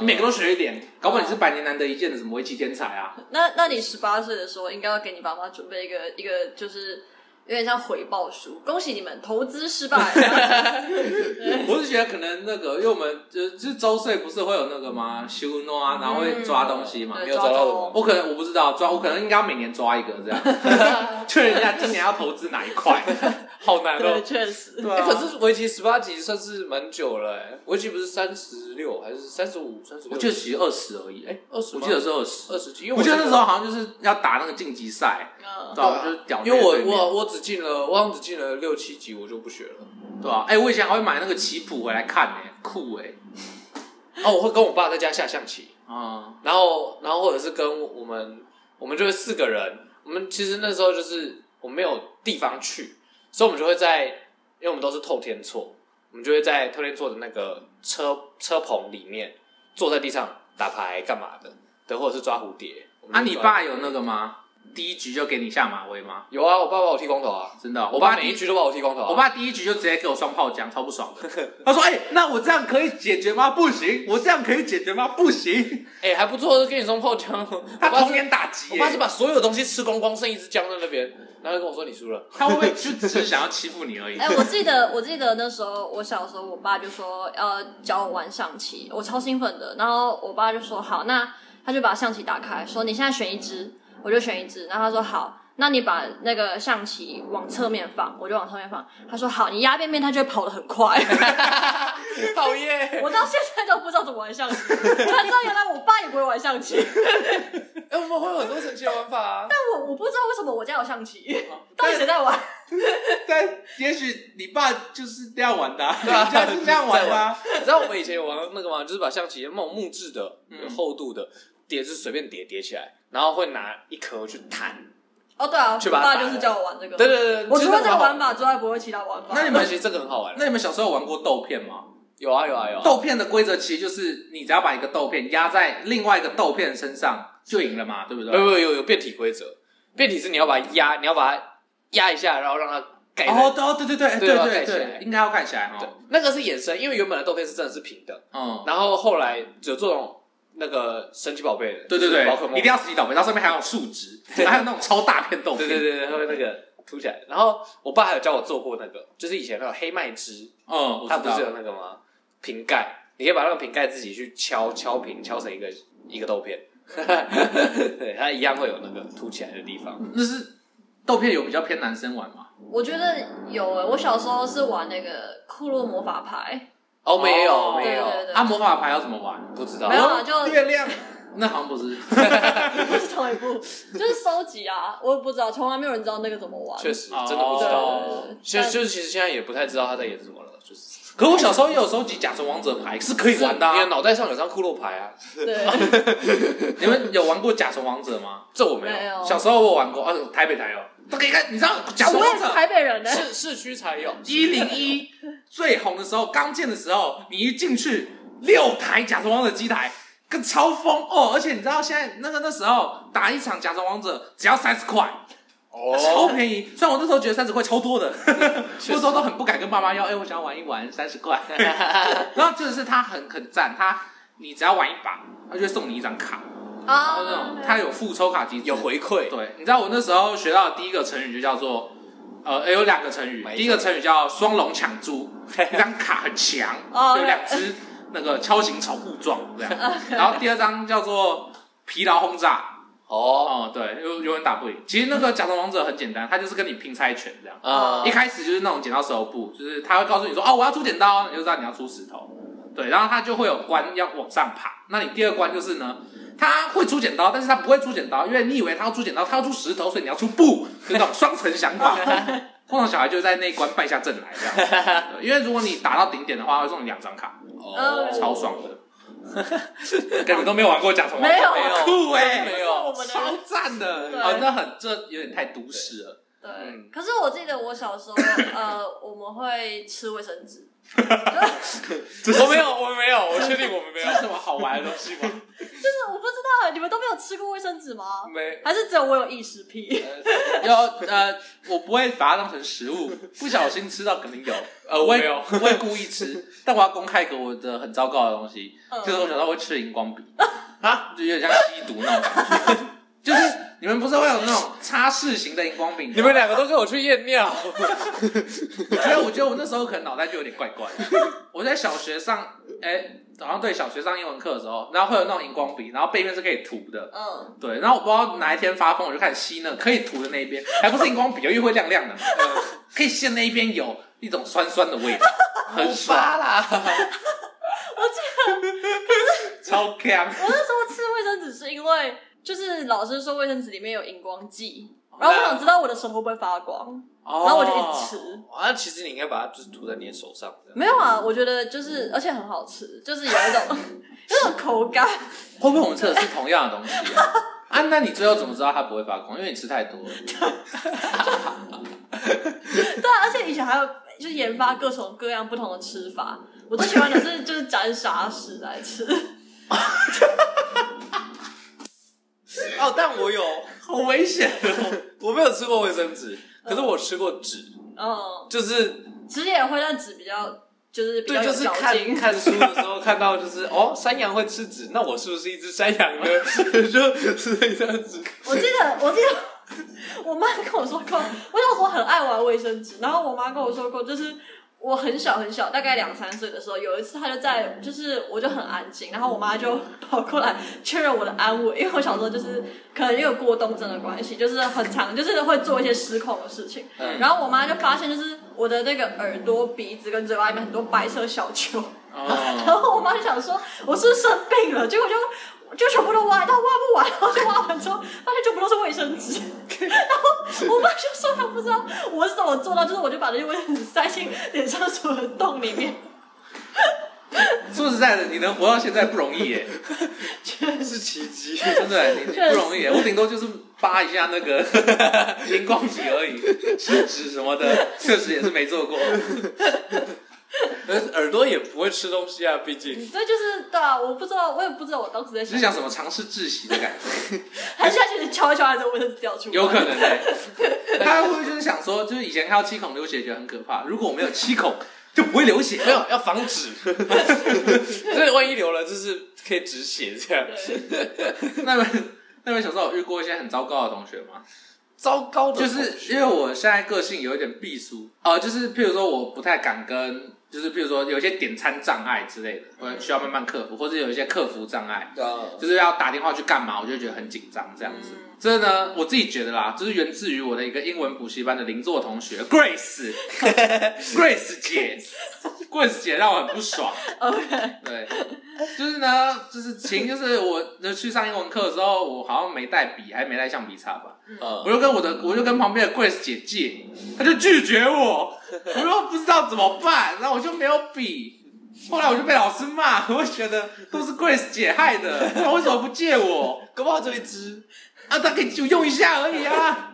S1: 你每个都学一点，搞不好你是百年难得一见的什么围棋天才啊。
S3: 那那你十八岁的时候，应该要给你爸妈准备一个一个就是。有点像回报书，恭喜你们投资失败。
S1: 我是觉得可能那个，因为我们就就是周岁不是会有那个吗？修诺啊，然后会抓东西嘛。
S3: 对
S2: 没有找到我
S3: 中
S1: 我可能我不知道抓，我可能应该每年抓一个这样， 确认一下今年要投资哪一块，好难
S3: 对，
S1: 哦。
S3: 确实。
S1: 对
S2: 哎、
S1: 啊，
S2: 可是围棋十八级算是蛮久了、哎，围棋不是三十六还是三十五、三十
S1: 我
S2: 六？
S1: 记得其实二十而已，哎，
S2: 二十，
S1: 我记得是二十
S2: 二。十级，因为
S1: 我记得那
S2: 这个
S1: 时候好像就是要打那个晋级赛，
S3: 嗯
S1: 对啊，我就是屌妹
S2: 因为
S1: 对
S2: 我
S1: 面
S2: 我我只进了，我好像只进了六七级，我就不学了。
S1: 对啊，哎，我以前还会买那个棋谱回来看呢，酷哎，
S2: 哦，我会跟我爸在家下象棋，
S1: 啊，
S2: 然后然后或者是跟我们，我们就是四个人，我们其实那时候就是我们没有地方去，所以我们就会在，因为我们都是透天厝，我们就会在透天厝的那个车车棚里面坐在地上打牌干嘛的，对，或者是抓蝴蝶。我
S1: 啊，
S2: 们就
S1: 你
S2: 抓
S1: 爸有那个吗？第一局就给你下马威吗？
S2: 有啊？我爸把我剃光头啊，
S1: 真的哦，
S2: 我
S1: 我
S2: 爸
S1: 爸
S2: 每
S1: 第
S2: 一
S1: 一
S2: 局都把我剃光头啊。
S1: 我爸第一局就直接给我双炮浆，超不爽 的。他说：“哎、那我这样可以解决吗？不行，我这样可以解决吗？不行。
S2: 哎、还不错，跟你说泡姜，
S1: 他
S2: 我爸是
S1: 童年打击、哎
S2: 我
S1: 耶
S2: 爸是把所有东西吃光光，剩一只姜在那边，然后就跟我说你输了。
S1: 他会不会就只是想要欺负你而已？
S3: 哎、我记得，我记得那时候我小时候，我爸就说要教我玩象棋，我超兴奋的。然后我爸就说好，那他就把象棋打开，说你现在选一只，我就选一只。然后他说好，那你把那个象棋往侧面放，我就往侧面放。他说好，你压边边，他就会跑得很 快。
S2: 讨厌！
S3: 我到现在都不知道怎么玩象棋， 他知道原来我爸也不会玩象棋，
S2: 哎、我们会有很多神奇的玩法啊。
S3: 但我我不知道为什么我家有象棋，到底谁在玩？
S1: 但也许你爸就是这样玩的、啊，人家是这样玩的、啊。
S2: 你知道我们以前有玩那个吗？就是把象棋那种木质的、有厚度的碟子随便叠叠起来，然后会拿一颗去弹。
S3: 哦，对啊，
S2: 去
S3: 我
S2: 把它
S3: 爸
S2: 打
S3: 就是
S2: 了
S3: 教我玩这个。
S2: 对对对，
S3: 我除了这个玩
S2: 法，
S3: 法之外，不会其他玩法。
S1: 那你
S2: 那
S1: 们
S2: 其实这个很好玩。
S1: 那你们小时候有玩过豆片吗？
S2: 有啊有啊有啊，
S1: 豆片的规则其实就是你只要把一个豆片压在另外一个豆片身上就赢了嘛，对不哦
S2: 有
S1: 对？
S2: 有有有变体规则，变体是你要把它压，你要把它压一下，然后让它盖在。
S1: 哦，对哦，对对对哎
S2: 对要
S1: 对对
S2: 盖起来
S1: 对，应该要盖起来
S2: 对
S1: 哈。，
S2: 那个是衍生，因为原本的豆片是真的是平的，
S1: 嗯，
S2: 然后后来有这种那个神奇宝贝的，
S1: 对对
S2: 就是
S1: 对
S2: 宝可，梦，
S1: 一定要实体倒霉，然后上面还有树枝，还有那种超大片豆
S2: 对
S1: 片。
S2: 对对对，它会那个凸起来。然后我爸还有教我做过那个，就是以前那个黑麦汁，
S1: 嗯，我
S2: 它不
S1: 知道
S2: 是有那个吗？瓶盖，你可以把那个瓶盖自己去敲敲平，敲成一个一个豆片， 对，它一样会有那个凸起来的地方。
S1: 那是豆片有比较偏男生玩嘛？
S3: 我觉得有诶、我小时候是玩那个库洛魔法牌，
S2: 哦，我们也有，
S1: 哦
S2: 我们也有，
S3: 对对对
S1: 啊，魔法牌要怎么玩？
S2: 不知道
S3: 没。有啊，就
S1: 哦月亮，那好像不是。
S3: 不是同一部， 就是收集啊，我也不知道，从来没有人知道那个怎么玩。
S2: 确实，
S1: 哦
S2: 真的不知
S1: 对
S2: 道。
S1: 对
S2: 其实就是，其实现在也不太知道他在演什么了，就是
S1: 可我小时候也有收集甲虫王者牌，是可以玩的啊。
S2: 你的脑袋上有张骷髅牌啊，
S3: 对对，
S1: 你们有玩过甲虫王者吗？
S2: 这我没
S3: 没
S2: 有，
S3: 有。
S1: 小时候我玩过，哦，台北才有。都可以看，你知道甲虫
S3: 我也
S1: 王
S3: 是
S1: 者
S3: 台北人呢、
S2: 市市区才有。
S1: 一零一最红的时候，刚建的时候，你一进去六台假装王者机台，跟超疯哦！而且你知道现在那个那时候打一场假装王者只要三十块，超
S2: 哦，
S1: 便宜。虽然我那时候觉得三十块超 多的，那时候都很不敢跟爸妈要，哎、我想要玩一玩三十块。 然后就是他很很赞，他你只要玩一把，他就会送你一张卡，
S3: 啊
S1: 然后那种他有付抽卡机制
S2: 有回馈，
S1: 对，你知道我那时候学到的第一个成语就叫做，呃，呃有两个成语
S2: 买，一
S1: 第一个成语叫双龙抢珠，一张卡很强，
S3: 哦
S1: 有两只那个锹形虫互撞这样。然后第二张叫做疲劳轰炸，
S2: 哦，
S1: 哦，对，有有人打不赢。其实那个假装王者很简单，他就是跟你拼猜拳这样。
S2: 啊
S1: 一，开始就是那种剪刀石头布，就是他会告诉你说，哦，我要出剪刀，你就知道你要出石头。对，然后他就会有关要往上爬。那你第二关就是呢，他会出剪刀，但是他不会出剪刀，因为你以为他要出剪刀，他要出石头，所以你要出布，就那种双层想法。 通常小孩就在那一关败下阵来这样，对因为如果你打到顶点的话，会送你两张卡，
S2: 哦
S1: 超爽的。根本都没有玩过甲虫王，
S3: 没有
S1: 酷哎、
S2: 没有，
S3: 们的
S1: 超
S3: 人。
S1: 赞的，
S3: 对
S1: 哦，那很这有点太都市了。
S3: 对，
S5: 嗯
S3: 可是我记得我小时候，呃，我们会吃卫生纸，
S5: 我没有，我没有，我确定我们没
S1: 这
S5: 有
S1: 是什么好玩的东西吗？
S3: 就是我不知道你们都没有吃过卫生纸吗？
S5: 没。
S3: 还是只有我有异食癖？
S1: 有呃，我不会把它当成 食物，不小心吃到肯定有，呃，我
S5: 我
S1: 会
S5: 没有
S1: 我会故意吃， 但我要公开一个我的很糟糕的东西，
S3: 嗯
S1: 就是我小时候会吃荧光笔，啊，就有点像吸毒那种 感觉，就是你们不是会有那种擦拭型的荧光笔吗？
S5: 你们两个都跟我去验尿，
S1: 我觉得，我觉得我那时候可能脑袋就有点怪怪。 的。我在小学上，哎、好像对小学上英文课的时候，然后会有那种荧光笔，然后背面是可以涂的。
S3: 嗯，
S1: 对，然后我不知道哪一天发疯，我就开始吸那个可以涂的那一边，还不是荧光笔，因为会亮亮的 嘛，
S3: 嗯
S1: 可以吸的那一边有一种酸酸的 味道，很爽，
S5: 啦！
S1: 超香。
S3: 我那时候吃卫生纸是因为，就是老师说卫生纸里面有荧光剂，
S2: 哦
S3: 然后我想知道我的手会不会发光，
S1: 然
S3: 然后我就一直
S1: 哦
S3: 吃。
S2: 啊，其实你应该把它就是涂在你的手上这样。
S3: 没有啊，我觉得
S2: 嗯
S3: 就是，而且很好吃，就是有一 种有一种口感。
S1: 会不会我们吃的是同样的东西啊？啊，那你最后怎么知道它不会发光？因为你吃太多 了。
S3: 对啊，而且以前还有就是研发各种各样不同的吃法。我最喜欢的是就是沾沙士来吃，
S2: 哦，但我有，
S1: 好危险哦！
S2: 我没有吃过卫生纸，可是我吃过纸，
S3: 嗯，
S2: 就是
S3: 纸也会但纸比较就是比较
S2: 对，
S3: 有
S2: 就是
S3: 嚼
S2: 看
S3: 劲。
S2: 看书的时候看到，就是哦，山羊会吃纸，那我是不是一只山羊呢？ 就 吃了一张纸。
S3: 我记得，我记得我妈跟我说过，我小时候很爱玩卫生纸，然后我妈跟我说过，就是我很小很小，大概两三岁的时候，有一次她就在，就是我就很安静，然后我妈就跑过来确认我的安危，因为我小时候就是可能因为有过动症的关系，就是很常就是会做一些失控的事情，
S1: 嗯
S3: 然后我妈就发现就是我的那个耳朵、鼻子跟嘴巴里面很多白色小球。然
S1: 哦，
S3: 后我妈就想说我是不是生病了，结果就就全部都挖，到挖不完，然后就挖完之后发现全部都是卫生纸， 然后我妈就说她不知道我是怎么做到，就是我就把那些卫生纸塞进脸上所有的洞里面，
S1: 说实在的，你能活到现在不容易耶。
S2: 是奇迹。
S1: 真的，你你不容易耶，我顶多就是扒一下那个 荧光笔而已，吃纸什么的，确实也是没做过。
S5: 可是耳朵也不会吃东西啊，毕竟
S3: 所以就是对啊，我不知道，我也不知道我当时在
S1: 只是
S3: 想，
S1: 想什么尝试窒息的感觉，
S3: 还是她其实敲一敲，还是卫生纸掉出来，
S1: 有可 能耶。 他会不会就是想说，就是以前看到七孔流血觉得很可怕，如果我没有七孔，就不会流 血。
S5: 没有要防止，所以万一流了就是可以止血这样。
S3: 对，
S1: 那么。那位小时候有遇过一些很糟糕的同学吗？
S2: 糟糕的
S1: 就
S2: 同学，
S1: 是因为我现在个性有一点避俗，呃，就是譬如说我不太敢跟，就是譬如说有一些点餐障碍之类的，我需要慢慢克服，或者有一些克服障碍，
S2: 啊
S1: 就是要打电话去干嘛，我就觉得很紧张这样子。这呢，我自己觉得啦，就是源自于我的一个英文补习班的邻座同学 Grace，Grace 姐，Grace 姐让我很不爽。
S3: ，OK，
S1: 对，就是呢，就是情，就是我就去上英文课的时候，我好像没带笔，还没带橡皮擦吧，
S5: 嗯，
S1: 我就跟我的，我就跟旁边的 Grace 姐借，她就拒绝我，我又不知道怎么办，然后我就没有笔。后来我就被老师骂，我就觉得都是 Grace 姐害的，她为什么不借我？
S2: 搞不好这一只
S1: 啊，他可以就用一下而已啊。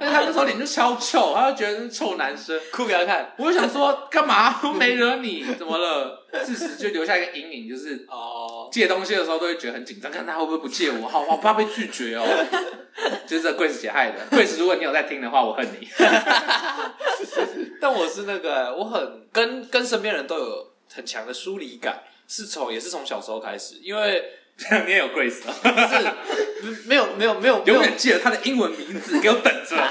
S1: 但是他那时候脸就超臭，他就觉得是臭男生。
S5: 酷给他看
S1: 我就想说，干嘛 都没惹你，怎么了？自此就留下一个阴影，就是
S5: 哦，
S1: 借东西的时候都会觉得很紧张，看他会不会不借我，好，好怕被拒绝哦。 就是这贵子姐害的。贵子，如果你有在听的话，我恨你。
S2: 但我是那个，我很跟跟身边人都有很强的疏离感，是从也是从小时候开始，因为
S1: 你也有 Grace，哦、
S2: 是没有没有没有没
S1: 永
S2: 有，
S1: 远记得他的英文名字，给我等着。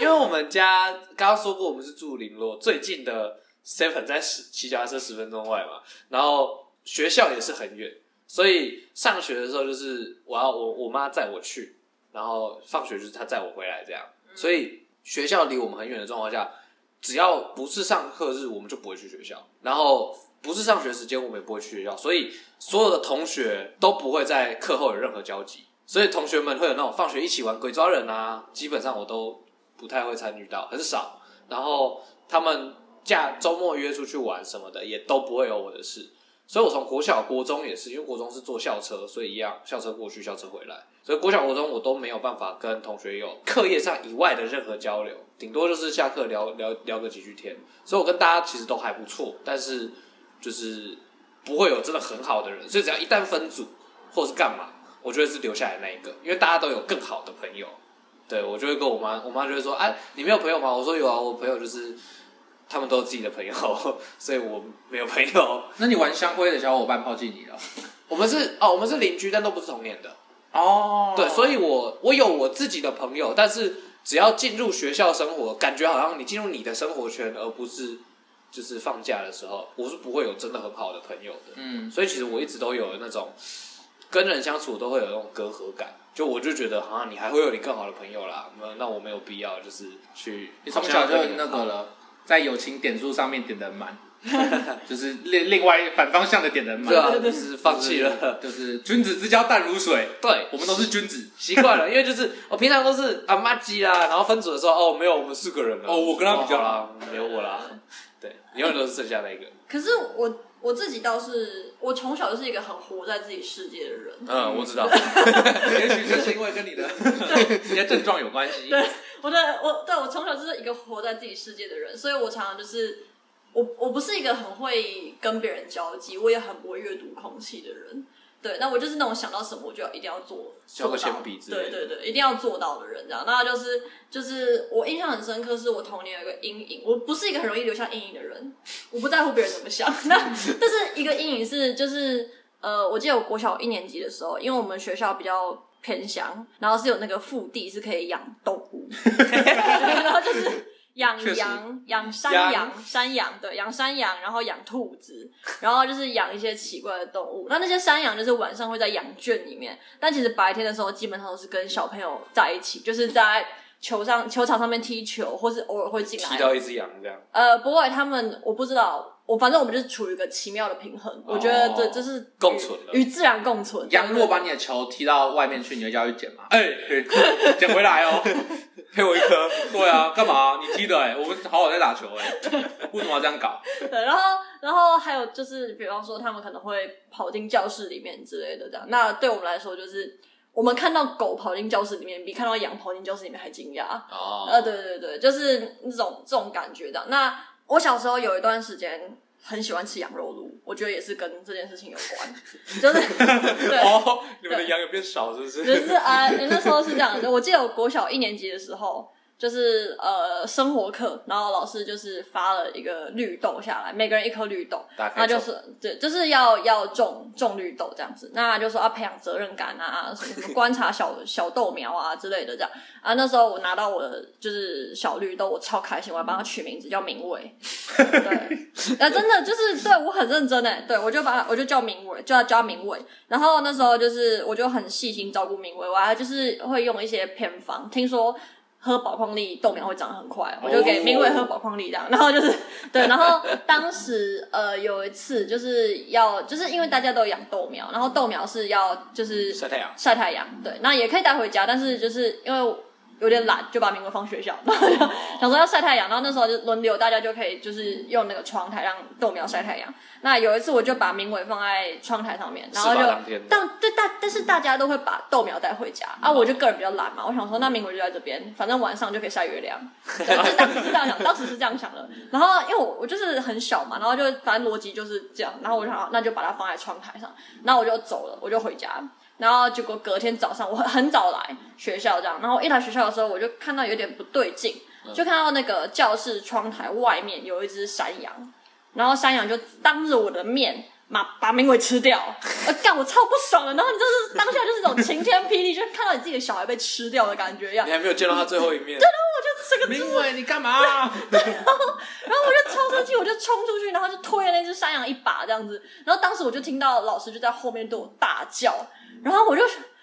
S2: 因为我们家刚刚说过我们是住林落，最近的 Seven 在十骑脚踏车十分钟外嘛，然后学校也是很远，所以上学的时候就是我要我我妈载我去，然后放学就是她载我回来这样，所以学校离我们很远的状况下，只要不是上课日，我们就不会去学校，然后不是上学时间，我们也不会去学校，所以所有的同学都不会在课后有任何交集，所以同学们会有那种放学一起玩鬼抓人啊，基本上我都不太会参与到，很少。然后他们假周末约出去玩什么的，也都不会有我的事，所以我从国小、国中也是，因为国中是坐校车，所以一样校车过去，校车回来，所以国小、国中我都没有办法跟同学有课业上以外的任何交流，顶多就是下课聊聊聊个几句天。所以我跟大家其实都还不错，但是就是不会有真的很好的人，所以只要一旦分组或是干嘛，我就会是留下来那一个，因为大家都有更好的朋友。对，我就会跟我妈，我妈就会说：“哎、你没有朋友吗？”我说：“有啊，我朋友就是他们都有自己的朋友， 所以我没有朋友。
S1: 那你玩香灰的小伙伴抛弃你了？
S2: 我们是哦，我们是邻居，但都不是同年的。
S1: 哦
S2: 对，所以我我有我自己的朋友，但是只要进入学校生活，感觉好像你进入你的生活圈，而不是就是放假的时候，我是不会有真的很好的朋友的。
S1: 嗯，
S2: 所以其实我一直都有那种跟人相处都会有那种隔阂感，就我就觉得好像你还会有你更好的朋友啦，那那我没有必要就是去
S1: 你从小就那个了，在友情点数上面点的 满，就是另另外反方向的点的满，
S2: 对啊，就是放弃了，
S1: 就是君子之交淡如水，
S2: 对。
S1: 我们都是君 子。
S2: 习惯了，因为就是我平常都是阿妈鸡啦，然后分组的时候哦，没有我们四个人了，
S1: 哦我跟他比较
S2: 哦好啦，没有我啦， 对，永远都是剩下那个，
S3: 可是我我自己倒是，我从小就是一个很活在自己世界的人。
S2: 嗯，我知 道，
S1: 也许就是因为跟你的你的症状有关系。
S3: 对，我的我对我从小就是一个活在自己世界的人，所以我常常就是我我不是一个很会跟别人交际，我也很不会阅读空气的人。对，那我就是那种想到什么我就要一定要做，
S2: 削个
S3: 做到
S2: 铅笔之类
S3: 对
S2: 的
S3: 对对，一定要做到的人，这样。那就是就是我印象很深刻，是我童年有一个阴影，我不是一个很容易留下阴影的人，我不在乎别人怎么想。 那但是一个阴影是就是呃，我记得我国小一年级的时候，因为我们学校比较偏乡，然后是有那个腹地是可以养动 物，然后 就是养
S1: 确实
S3: 羊、养山
S1: 羊
S3: 羊、山羊，对，养山羊，然后养兔子，然后就是养一些奇怪的动物。那那些山羊就是晚上会在羊圈里面，但其实白天的时候基本上都是跟小朋友在一起，就是在。球上球场上面踢球，或是偶尔会进来
S2: 踢到一只羊这样，
S3: 呃，不会，他们我不知道，我反正我们就是处于一个奇妙的平衡，我觉得对，就是与
S2: 哦共存了
S3: 与自然共存。
S1: 羊如果把你的球踢到外面去，你会叫他去捡吗？ 哎、捡回来哦。
S2: 配我一颗，
S1: 对啊，干嘛？你踢的哎、我们好好在打球哎、为什么要这样搞？
S3: 对，然后然后还有就是，比方说他们可能会跑进教室里面之类的，这样。那对我们来说，就是我们看到狗跑进教室里面，比看到羊跑进教室里面还惊讶。
S2: 哦，
S3: 呃，对对对，就是那种这种感觉的。那我小时候有一段时间很喜欢吃羊肉炉，我觉得也是跟这件事情有关，就 是对。
S2: 哦，你们的羊有变少是不？
S3: 就是是啊，那时候是这样的。我记得我国小一年级的时候，就是呃生活课，然后老师就是发了一个绿豆下来，每个人一颗绿豆，
S2: 打开
S3: 那就
S2: 手
S3: 是对，就是要要种种绿豆这样子。那就说要培养责任感啊，什么什么观察小小豆苗啊之类的这样啊。那时候我拿到我的就是小绿豆，我超开心，我还帮它取名字叫明伟。对，那真的就是对我很认真哎，对我就把我就叫明伟，就要叫明伟。然后那时候就是我就很细心照顾明伟，我还就是会用一些偏方，听说。喝宝矿力豆苗会长得很快，我就给明伟喝宝矿力这样，然后就是对，然后当时呃有一次就是要就是因为大家都有养豆苗，然后豆苗是要就是
S2: 晒太阳，
S3: 晒太阳，对，那也可以带回家，但是就是因为有点懒，就把明文放学校，然后就
S2: 哦
S3: 想说要晒太阳，然后那时候就轮流，大家就可以就是用那个窗台让豆苗晒太阳。那有一次我就把明伟放在窗台上面，然后
S2: 事
S3: 就
S2: 发当天嗯
S3: 但对大但是大家都会把豆苗带回家啊，我就个人比较懒嘛，我想说那明伟就在这边，反正晚上就可以晒月 亮，对就是当时是这样想，当时是这样想的。然后因为我我就是很小嘛，然后就反正逻辑就是这样，然后我就想那就把它放在窗台上，然后我就走了，我就回家。然后结果隔天早上我很很早来学校这样，然后一来学校的时候我就看到有点不对劲，就看到那个教室窗台外面有一只山羊，然后山羊就当着我的面。把把明伟吃掉，我、干我超不爽的。然后你就是当下就是一种晴天霹雳，就是看到你自己的小孩被吃掉的感觉一 样
S2: 你。还没有见到他最后一面，
S3: 这个
S1: 明伟，你干 嘛？
S3: 然后我就超生气，我就冲出去，然后就推了那只山羊一把这样子。然后当时我就听到老师就在后面对我大叫，然后我就，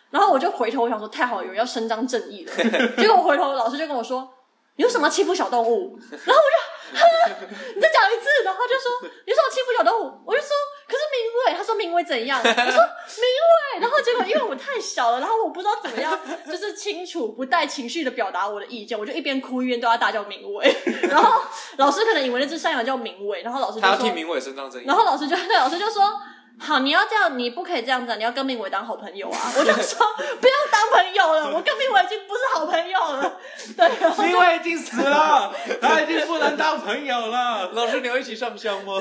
S3: 然后我就回头，我想说太好了，有人要伸张正义了。 结果我回头，老师就跟我说：“你为什么要欺负小动物？”然后我就， 你再讲一次。然后他就说：“你为什么欺负小动物？”我就说：“可是明伟。”他说：“明伟怎样？”我说：“明伟。”然后结果因为我太小了，然后我不知道怎么样，就是清楚不带情绪的表达我的意见，我就一边哭一边对他大叫明伟。 然后老师可能以为那只山羊叫明伟，然后老师就
S2: 他要
S3: 说
S2: 替明伟伸张正义
S3: 然，后老师就对老师就说：“好，你要这样，你不可以这样子啊，你要跟明伟当好朋友啊！我就说不要当朋友了，我跟明伟已经不是好朋友了。对，然后
S1: 因为已经死了，他已经不能当朋友了。
S2: 老师，你要一起上香 吗？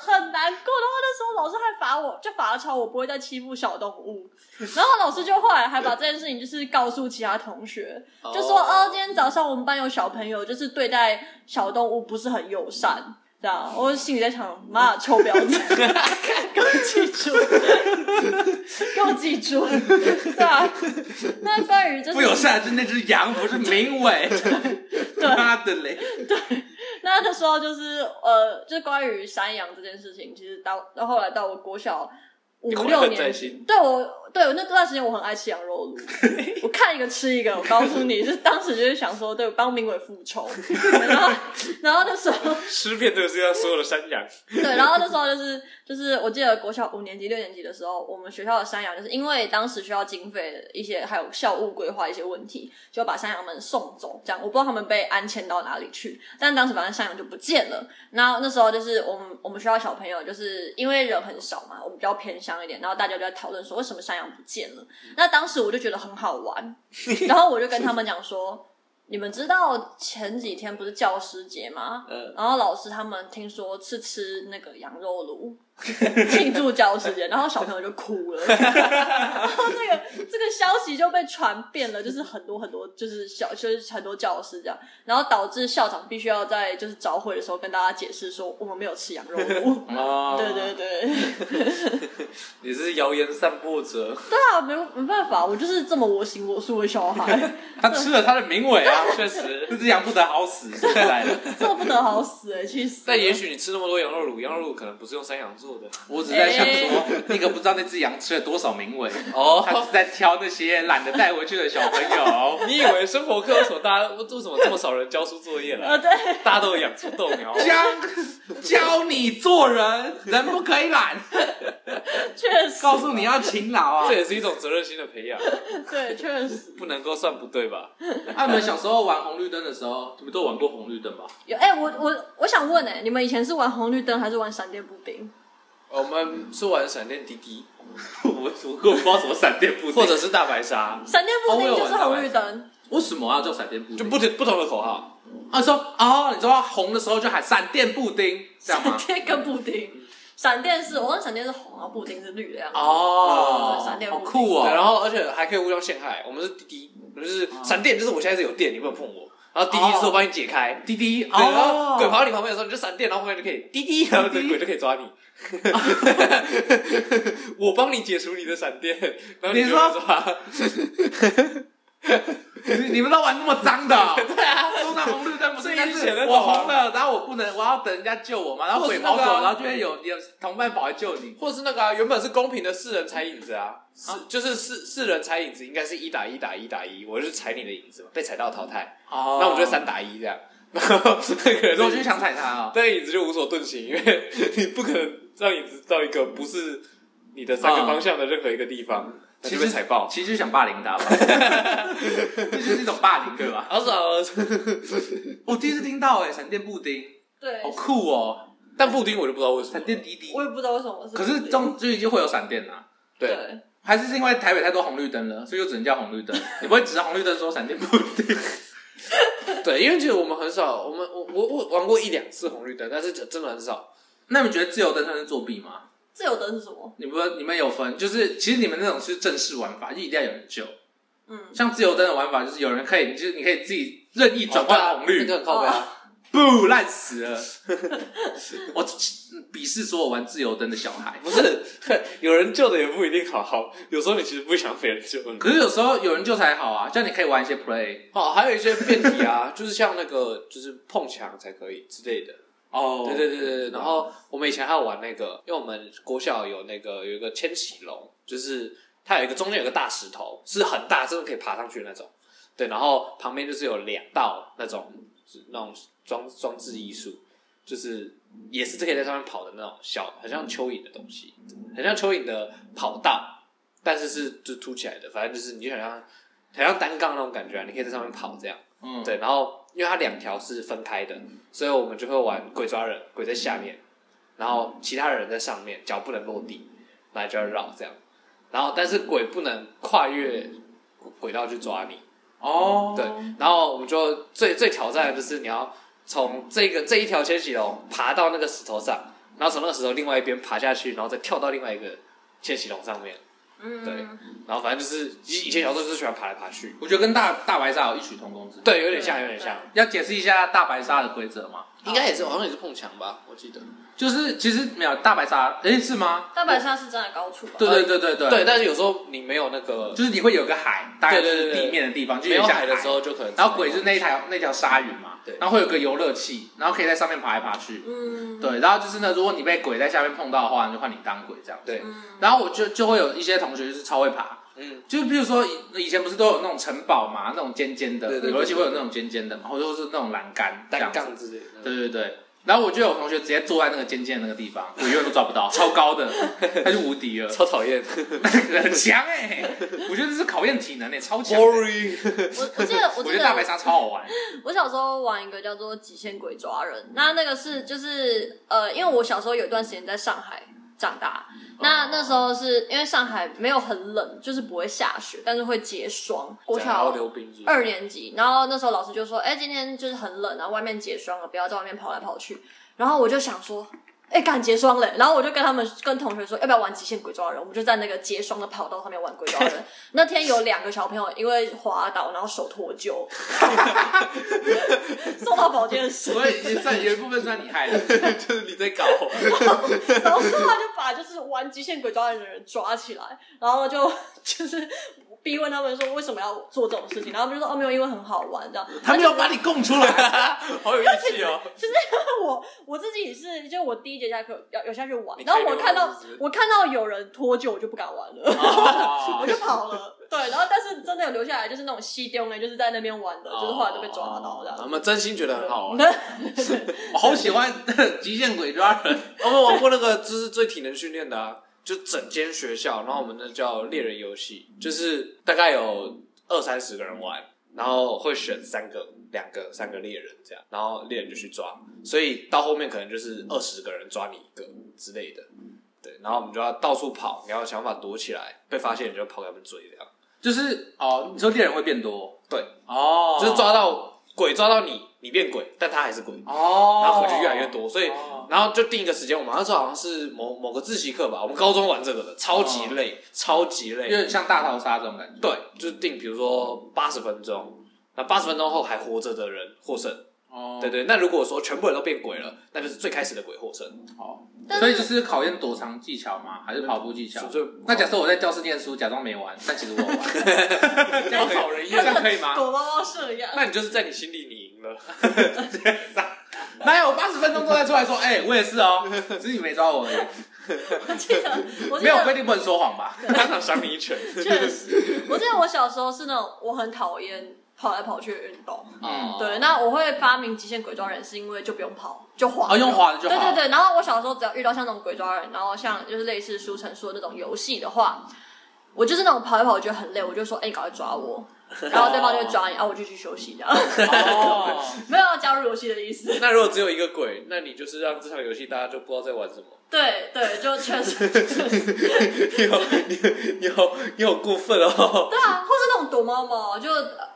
S3: 很难过。然后那时候老师还罚我，就罚抄我不会再欺负小动物。然后老师就后来还把这件事情就是告诉其他同学，就说哦，今天早上我们班有小朋友就是对待小动物不是很友善。这样，我心里在想，妈，臭婊子， 给我记住， 给我记住，对啊。那关于就是
S1: 不友善是那只羊，不是明伟。妈的嘞！
S3: 那那时候就是呃，就是关于山羊这件事情，其实到到后来到我国小五
S2: 会
S3: 六
S2: 很
S3: 年
S2: 在心，
S3: 对我对我那段时间我很爱吃羊肉炉，我看一个吃一个，我告诉你，就是当时就是想说，对，我帮明伟复仇，然后然后那时候
S2: 吃遍这个世界上所有的山羊，
S3: 对，然后那时候就是就是，我记得国小五年级、六年级的时候，我们学校的山羊就是因为当时学校经费的一些，还有校务规划一些问题，就把山羊们送走。这样，我不知道他们被安迁到哪里去，但当时反正山羊就不见了。然后那时候就是我们我们学校小朋友，就是因为人很少嘛，我们比较偏乡一点，然后大家就在讨论说为什么山羊不见了。那当时我就觉得很好玩，然后我就跟他们讲说。 你们知道前几天不是教师节吗？
S2: 嗯
S3: 然后老师他们听说是吃那个羊肉炉 庆祝教师节，然后小朋友就哭了。 然后这个这个消息就被传遍了，就是很多很多，就是小就是很多教师这样，然后导致校长必须要在就是早会的时候跟大家解释说我们没有吃羊肉炉。
S1: 哦
S3: 对对对，
S2: 你是谣言散播 者。
S3: 对啊，没有没办法，我就是这么我行我素的小孩，
S1: 他吃了他的明伟啊，
S2: 确实，
S1: 那只羊不得好死，说实在的。
S3: 这么不能好死哎、去死！
S2: 但也许你吃那么多羊肉乳，羊肉乳可能不是用山羊做的。
S1: 我只在想说，那个不知道那只羊吃了多少明伟，他只
S2: 哦，
S1: 是在挑那些懒得带回去的小朋友。
S2: 你以为生活课为什么大家为什么这么少人教书作业
S3: 呃
S2: 了？
S3: 对。
S2: 大家都有养出豆苗。
S1: 教教你做人，人不可以懒，
S3: 确实，
S1: 告诉你要勤劳啊
S2: 这。也是一种责任心的培养，
S3: 对，确实
S2: 不能够算不对吧？
S1: 啊，你们小时候玩红绿灯的时候，你们都有玩过红绿灯吧？
S3: 有。哎、我我我想问哎、你们以前是玩红绿灯还是玩闪电步兵？
S2: 哦我们是玩闪电滴 滴，
S1: 我我我根本不知道什么闪电步
S2: 或
S1: 或者
S2: 者是大白鲨，
S3: 闪电步兵
S1: 哦我有
S3: 就是
S1: 玩到
S3: 红绿灯，
S1: 为什么要叫闪电步
S2: 就
S1: 丁？
S2: 不同不同的口号。
S1: 啊，说哦，你说红的时候就喊闪电布丁，这样
S3: 闪
S1: 吗？嗯
S3: 电跟布丁。闪电是，我忘了闪电是红啊，布丁是绿的样子。
S1: 哦
S3: 嗯，闪电
S1: 好
S3: 布丁
S1: 酷哦！
S2: 对，然后而且还可以互相陷害。我们是滴滴，我们就是闪电，就是我现在是有电，你不能碰我。然后滴哦滴是我帮你解开。
S1: 滴滴
S2: 对，然
S1: 哦
S2: 后，鬼跑到你旁边的时候，你就闪电，然后后面就可以滴滴，然后这鬼就可以抓你。 我帮你解除你的闪电，然后你
S1: 你
S2: 就被
S1: 说
S2: 抓。
S1: 你你们都玩那么脏的哦、对啊，都那红绿灯不是
S2: 这
S1: 应
S2: 一
S1: 该是
S2: 显得
S1: 我
S2: 懂啊
S1: 红了，然后我不能，我要等人家救我嘛，然后
S2: 或
S1: 鬼
S2: 是
S1: 跑
S2: 那个啊
S1: 走，然后就会有有同伴跑来救你。
S2: 或是那个啊，原本是公平的四人踩影子啊，是、就是四四人踩影子，应该是一打一打一打一，我就是踩你的影子嘛，被踩到淘汰，
S1: 哦
S2: 那、我们就三，打一这样， 然后那个
S1: 可是我就
S2: 人
S1: 想踩他啊、
S2: 但影子就无所遁形，因为 你不可能让影子到一个不是你的三个方向的任何一个地方，那
S1: 其
S2: 就
S1: 实
S2: 被踩爆。
S1: 其实就想霸凌他吧， 这就是一种霸凌，对 吧？
S2: 好爽哦！
S1: 我第一次听到哎、闪电布丁，
S3: 对
S1: 好，酷哦、
S2: 但布丁我就不知道为什么
S1: 闪，电滴滴
S3: 我。也不知道为什么是布丁。
S1: 可是中就已经会有闪电啦，
S2: 对，
S3: 对，
S1: 还是是因为台北太多红绿灯了，所以就只能叫红 绿灯。你不会指着红绿灯说闪电布丁？
S2: 对，因为其实我们很少，我们我我我玩过一两次红绿灯，但是真的很少。
S1: 那你们觉得自由灯算是作弊吗？
S3: 自由灯是什么？
S1: 你们你们有分，就是其实你们那种是正式玩法，就一定要有人救。
S3: 嗯，
S1: 像自由灯的玩法，就是有人可以，就是你可以自己任意转换红
S2: 那
S1: 绿
S2: 个，很靠背啊，
S1: 不烂死了。 我鄙视所有玩自由灯的小孩。
S2: 不是 有人救的也不一定好好，有时候你其实不想被人救。嗯
S1: 可是有时候有人救才好啊，这样你可以玩一些 play
S2: 哦，还有一些变体啊，就是像那个就是碰墙才可以之类的。
S1: 哦
S2: 对对对对对，然后我们以前还有玩那个，因为我们国小有那个有一个千禧龙，就是它有一个中间有个大石头，是很大，真的可以爬上去的那种。对，然后旁边就是有两道那种那种装装置艺术，就是也是可以在上面跑的那种小，很像蚯蚓的东西，很像蚯蚓的跑道，但是是就凸起来的，反正就是你就想像很像单杠那种感觉、啊，你可以在上面跑这样。
S1: 嗯，
S2: 对，
S6: 嗯
S2: 然后因为它两条是分开的，所以我们就会玩鬼抓人，鬼在下面，然后其他人在上面，脚不能落地，那就要绕这样。然后但是鬼不能跨越轨道去抓你，
S1: 哦，
S2: 对，
S6: 嗯
S2: 然后我们就最最挑战的就是你要从这个这一条千禧龙爬到那个石头上，然后从那个石头另外一边爬下去，然后再跳到另外一个千禧龙上面。
S3: 嗯，
S2: 对然后反正就是以以前小时候就是喜欢爬来爬去，
S1: 我觉得跟大大白鲨有异曲同工之妙。
S2: 对，
S3: 嗯
S2: 有点像，有点像。
S1: 要解释一下大白鲨的规则吗？
S6: 应该也是，好像也是碰墙吧，我记得。
S1: 就是其实没有大白鲨，诶，是吗？
S3: 大白鲨是站在高处吧？
S1: 对对对对对
S2: 呃对，，但是有时候你没有那个
S1: 就是你会有个海，大概就
S2: 对
S1: 是
S2: 对对
S1: 地面的地方，就
S2: 没有
S1: 像
S2: 海的时，候，就可能
S1: 哎然后鬼就是那一条那条鲨鱼嘛，
S2: 对
S1: 然后会有个游乐器，然后可以在上面爬来爬去，
S3: 嗯，
S1: 对，然后就是呢，如果你被鬼在下面碰到的话，那就换你当鬼这样。
S2: 对
S3: 嗯，
S1: 然后我就就会有一些同学就是超会爬，
S2: 嗯，
S1: 就比如说以以前不是都有那种城堡嘛，那种尖尖的，
S2: 对对对
S1: 有而且会有那种尖尖的嘛，或者说是那种栏杆这
S2: 单
S1: 样子，
S2: 杠之类的。
S1: 对对对。然后我就有同学直接坐在那个尖尖的那个地 方，我永远都抓不到，超高的， 他就无敌 了，
S2: 超讨厌
S1: 很强哎、我觉得这是考验体能哎、超强欸、
S2: ，boring。
S3: 我我记得我
S1: 我
S3: 记
S1: 觉得大白
S3: 得
S1: 鲨超好玩，
S3: 我小时候玩一个叫做《极限鬼抓人》，那那个是就是呃，因为我小时候有一段时间在上海长大，那那时候是因为上海没有很冷，就是不会下雪，但是会结霜。国
S2: 然后
S3: 小
S2: 溜冰是不是
S3: 二年级，然后那时候老师就说：“哎、今天就是很冷，然后外面结霜了，不要在外面跑来跑去。”然后我就想说。哎，干结霜了！然后我就跟他们、跟同学说，要不要玩极限鬼抓人？我们就在那个结霜的跑道上面玩鬼抓人。那天有两个小朋友因为滑倒，然后手脱臼，送到保健室。
S1: 所以也算有一部分算你害的。
S2: 就是 你在搞，
S3: 然后他就把就是玩极限鬼抓人的人抓起来，然后就 就是逼问他们说为什么要做这种事情，然后他们就说哦没有，因为很好玩这样。
S1: 他没有把你供出 来，
S2: 好有义气哦。
S3: 但我我自己是就我第一节下课要有下去玩
S2: 你，
S3: 然后
S2: 开
S3: 我
S2: 溜
S3: 看到
S2: 是不是
S3: 我看到有人脱臼，我就不敢玩了。
S2: 哦
S1: 哦
S3: 我就跑了，对，然后但是真的有留下来，就是那种西丢呢，就是在那边玩的， 就是后来都被抓到这
S2: 我
S3: 样。
S2: 们真心觉得很 好玩。
S1: 我好喜欢 极限鬼抓人，
S2: 哦我们玩过那个就是最体能训练的啊，就整间学校，然后我们那叫猎人游戏，就是大概有二三十个人玩，然后会选三个、两个、三个猎人这样，然后猎人就去抓，所以到后面可能就是二十个人抓你一个之类的。对，然后我们就要到处跑，你要想办法躲起来，被发现你就跑给他们追，这样
S1: 就是哦，你说猎人会变多，
S2: 对，
S1: 哦，
S2: 就是抓到鬼抓到你，你变鬼，但他还是鬼，
S1: 哦，
S2: 然后回去越来越多，所以
S1: 哦
S2: 然后就定一个时间，我们那时候好像是某某个自习课吧，我们高中玩这个的，超级累，超级
S1: 有
S2: 累。
S1: 点像大逃杀这种感觉。
S2: 对，就是定，比如说八十分钟，那八十分钟后还活着的人获胜。
S1: 哦
S2: 对，对，那如果说全部人都变鬼了，那就是最开始的鬼获胜。
S1: 好，
S3: 但
S1: 所以
S3: 是
S1: 就是考验躲藏技巧嘛，还是跑步技巧？
S2: 所以
S1: 那假设我在教室念书，假装没玩，但其实我有玩， 这样好人一样，这样可以吗？
S3: 躲猫猫社一样，
S2: 那你就是在你心里你 赢了，
S1: 哪有八十分钟都在出来说，哎，我也是哦，只是你没抓我而已。
S3: 我记得我记
S1: 没有规
S3: 得
S1: 定不能说谎吧？
S2: 当场赏你一拳。
S3: 确实，我记得我小时候是那种我很讨厌跑来跑去的运动，
S1: 嗯，
S2: 哦
S3: 对，那我会发明极限鬼抓人，是因为就不用跑，就滑，
S1: 哦，用滑的就好。
S3: 对对对，然后我小时候只要遇到像那种鬼抓人，然后像就是类似书城说的那种游戏的话，我就是那种跑一跑我觉得很累，我就说哎、你赶快 抓我，然后对方就会抓你，啊然后我就去休息这样，
S1: 哦，
S3: 没有要加入游戏的意思。
S2: 那如果只有一个鬼，那你就是让这场游戏大家就不知道在玩什么。
S3: 对对，就确实对
S2: 你好，你你好，你好过分哦！
S3: 啊，或是那种躲猫猫，就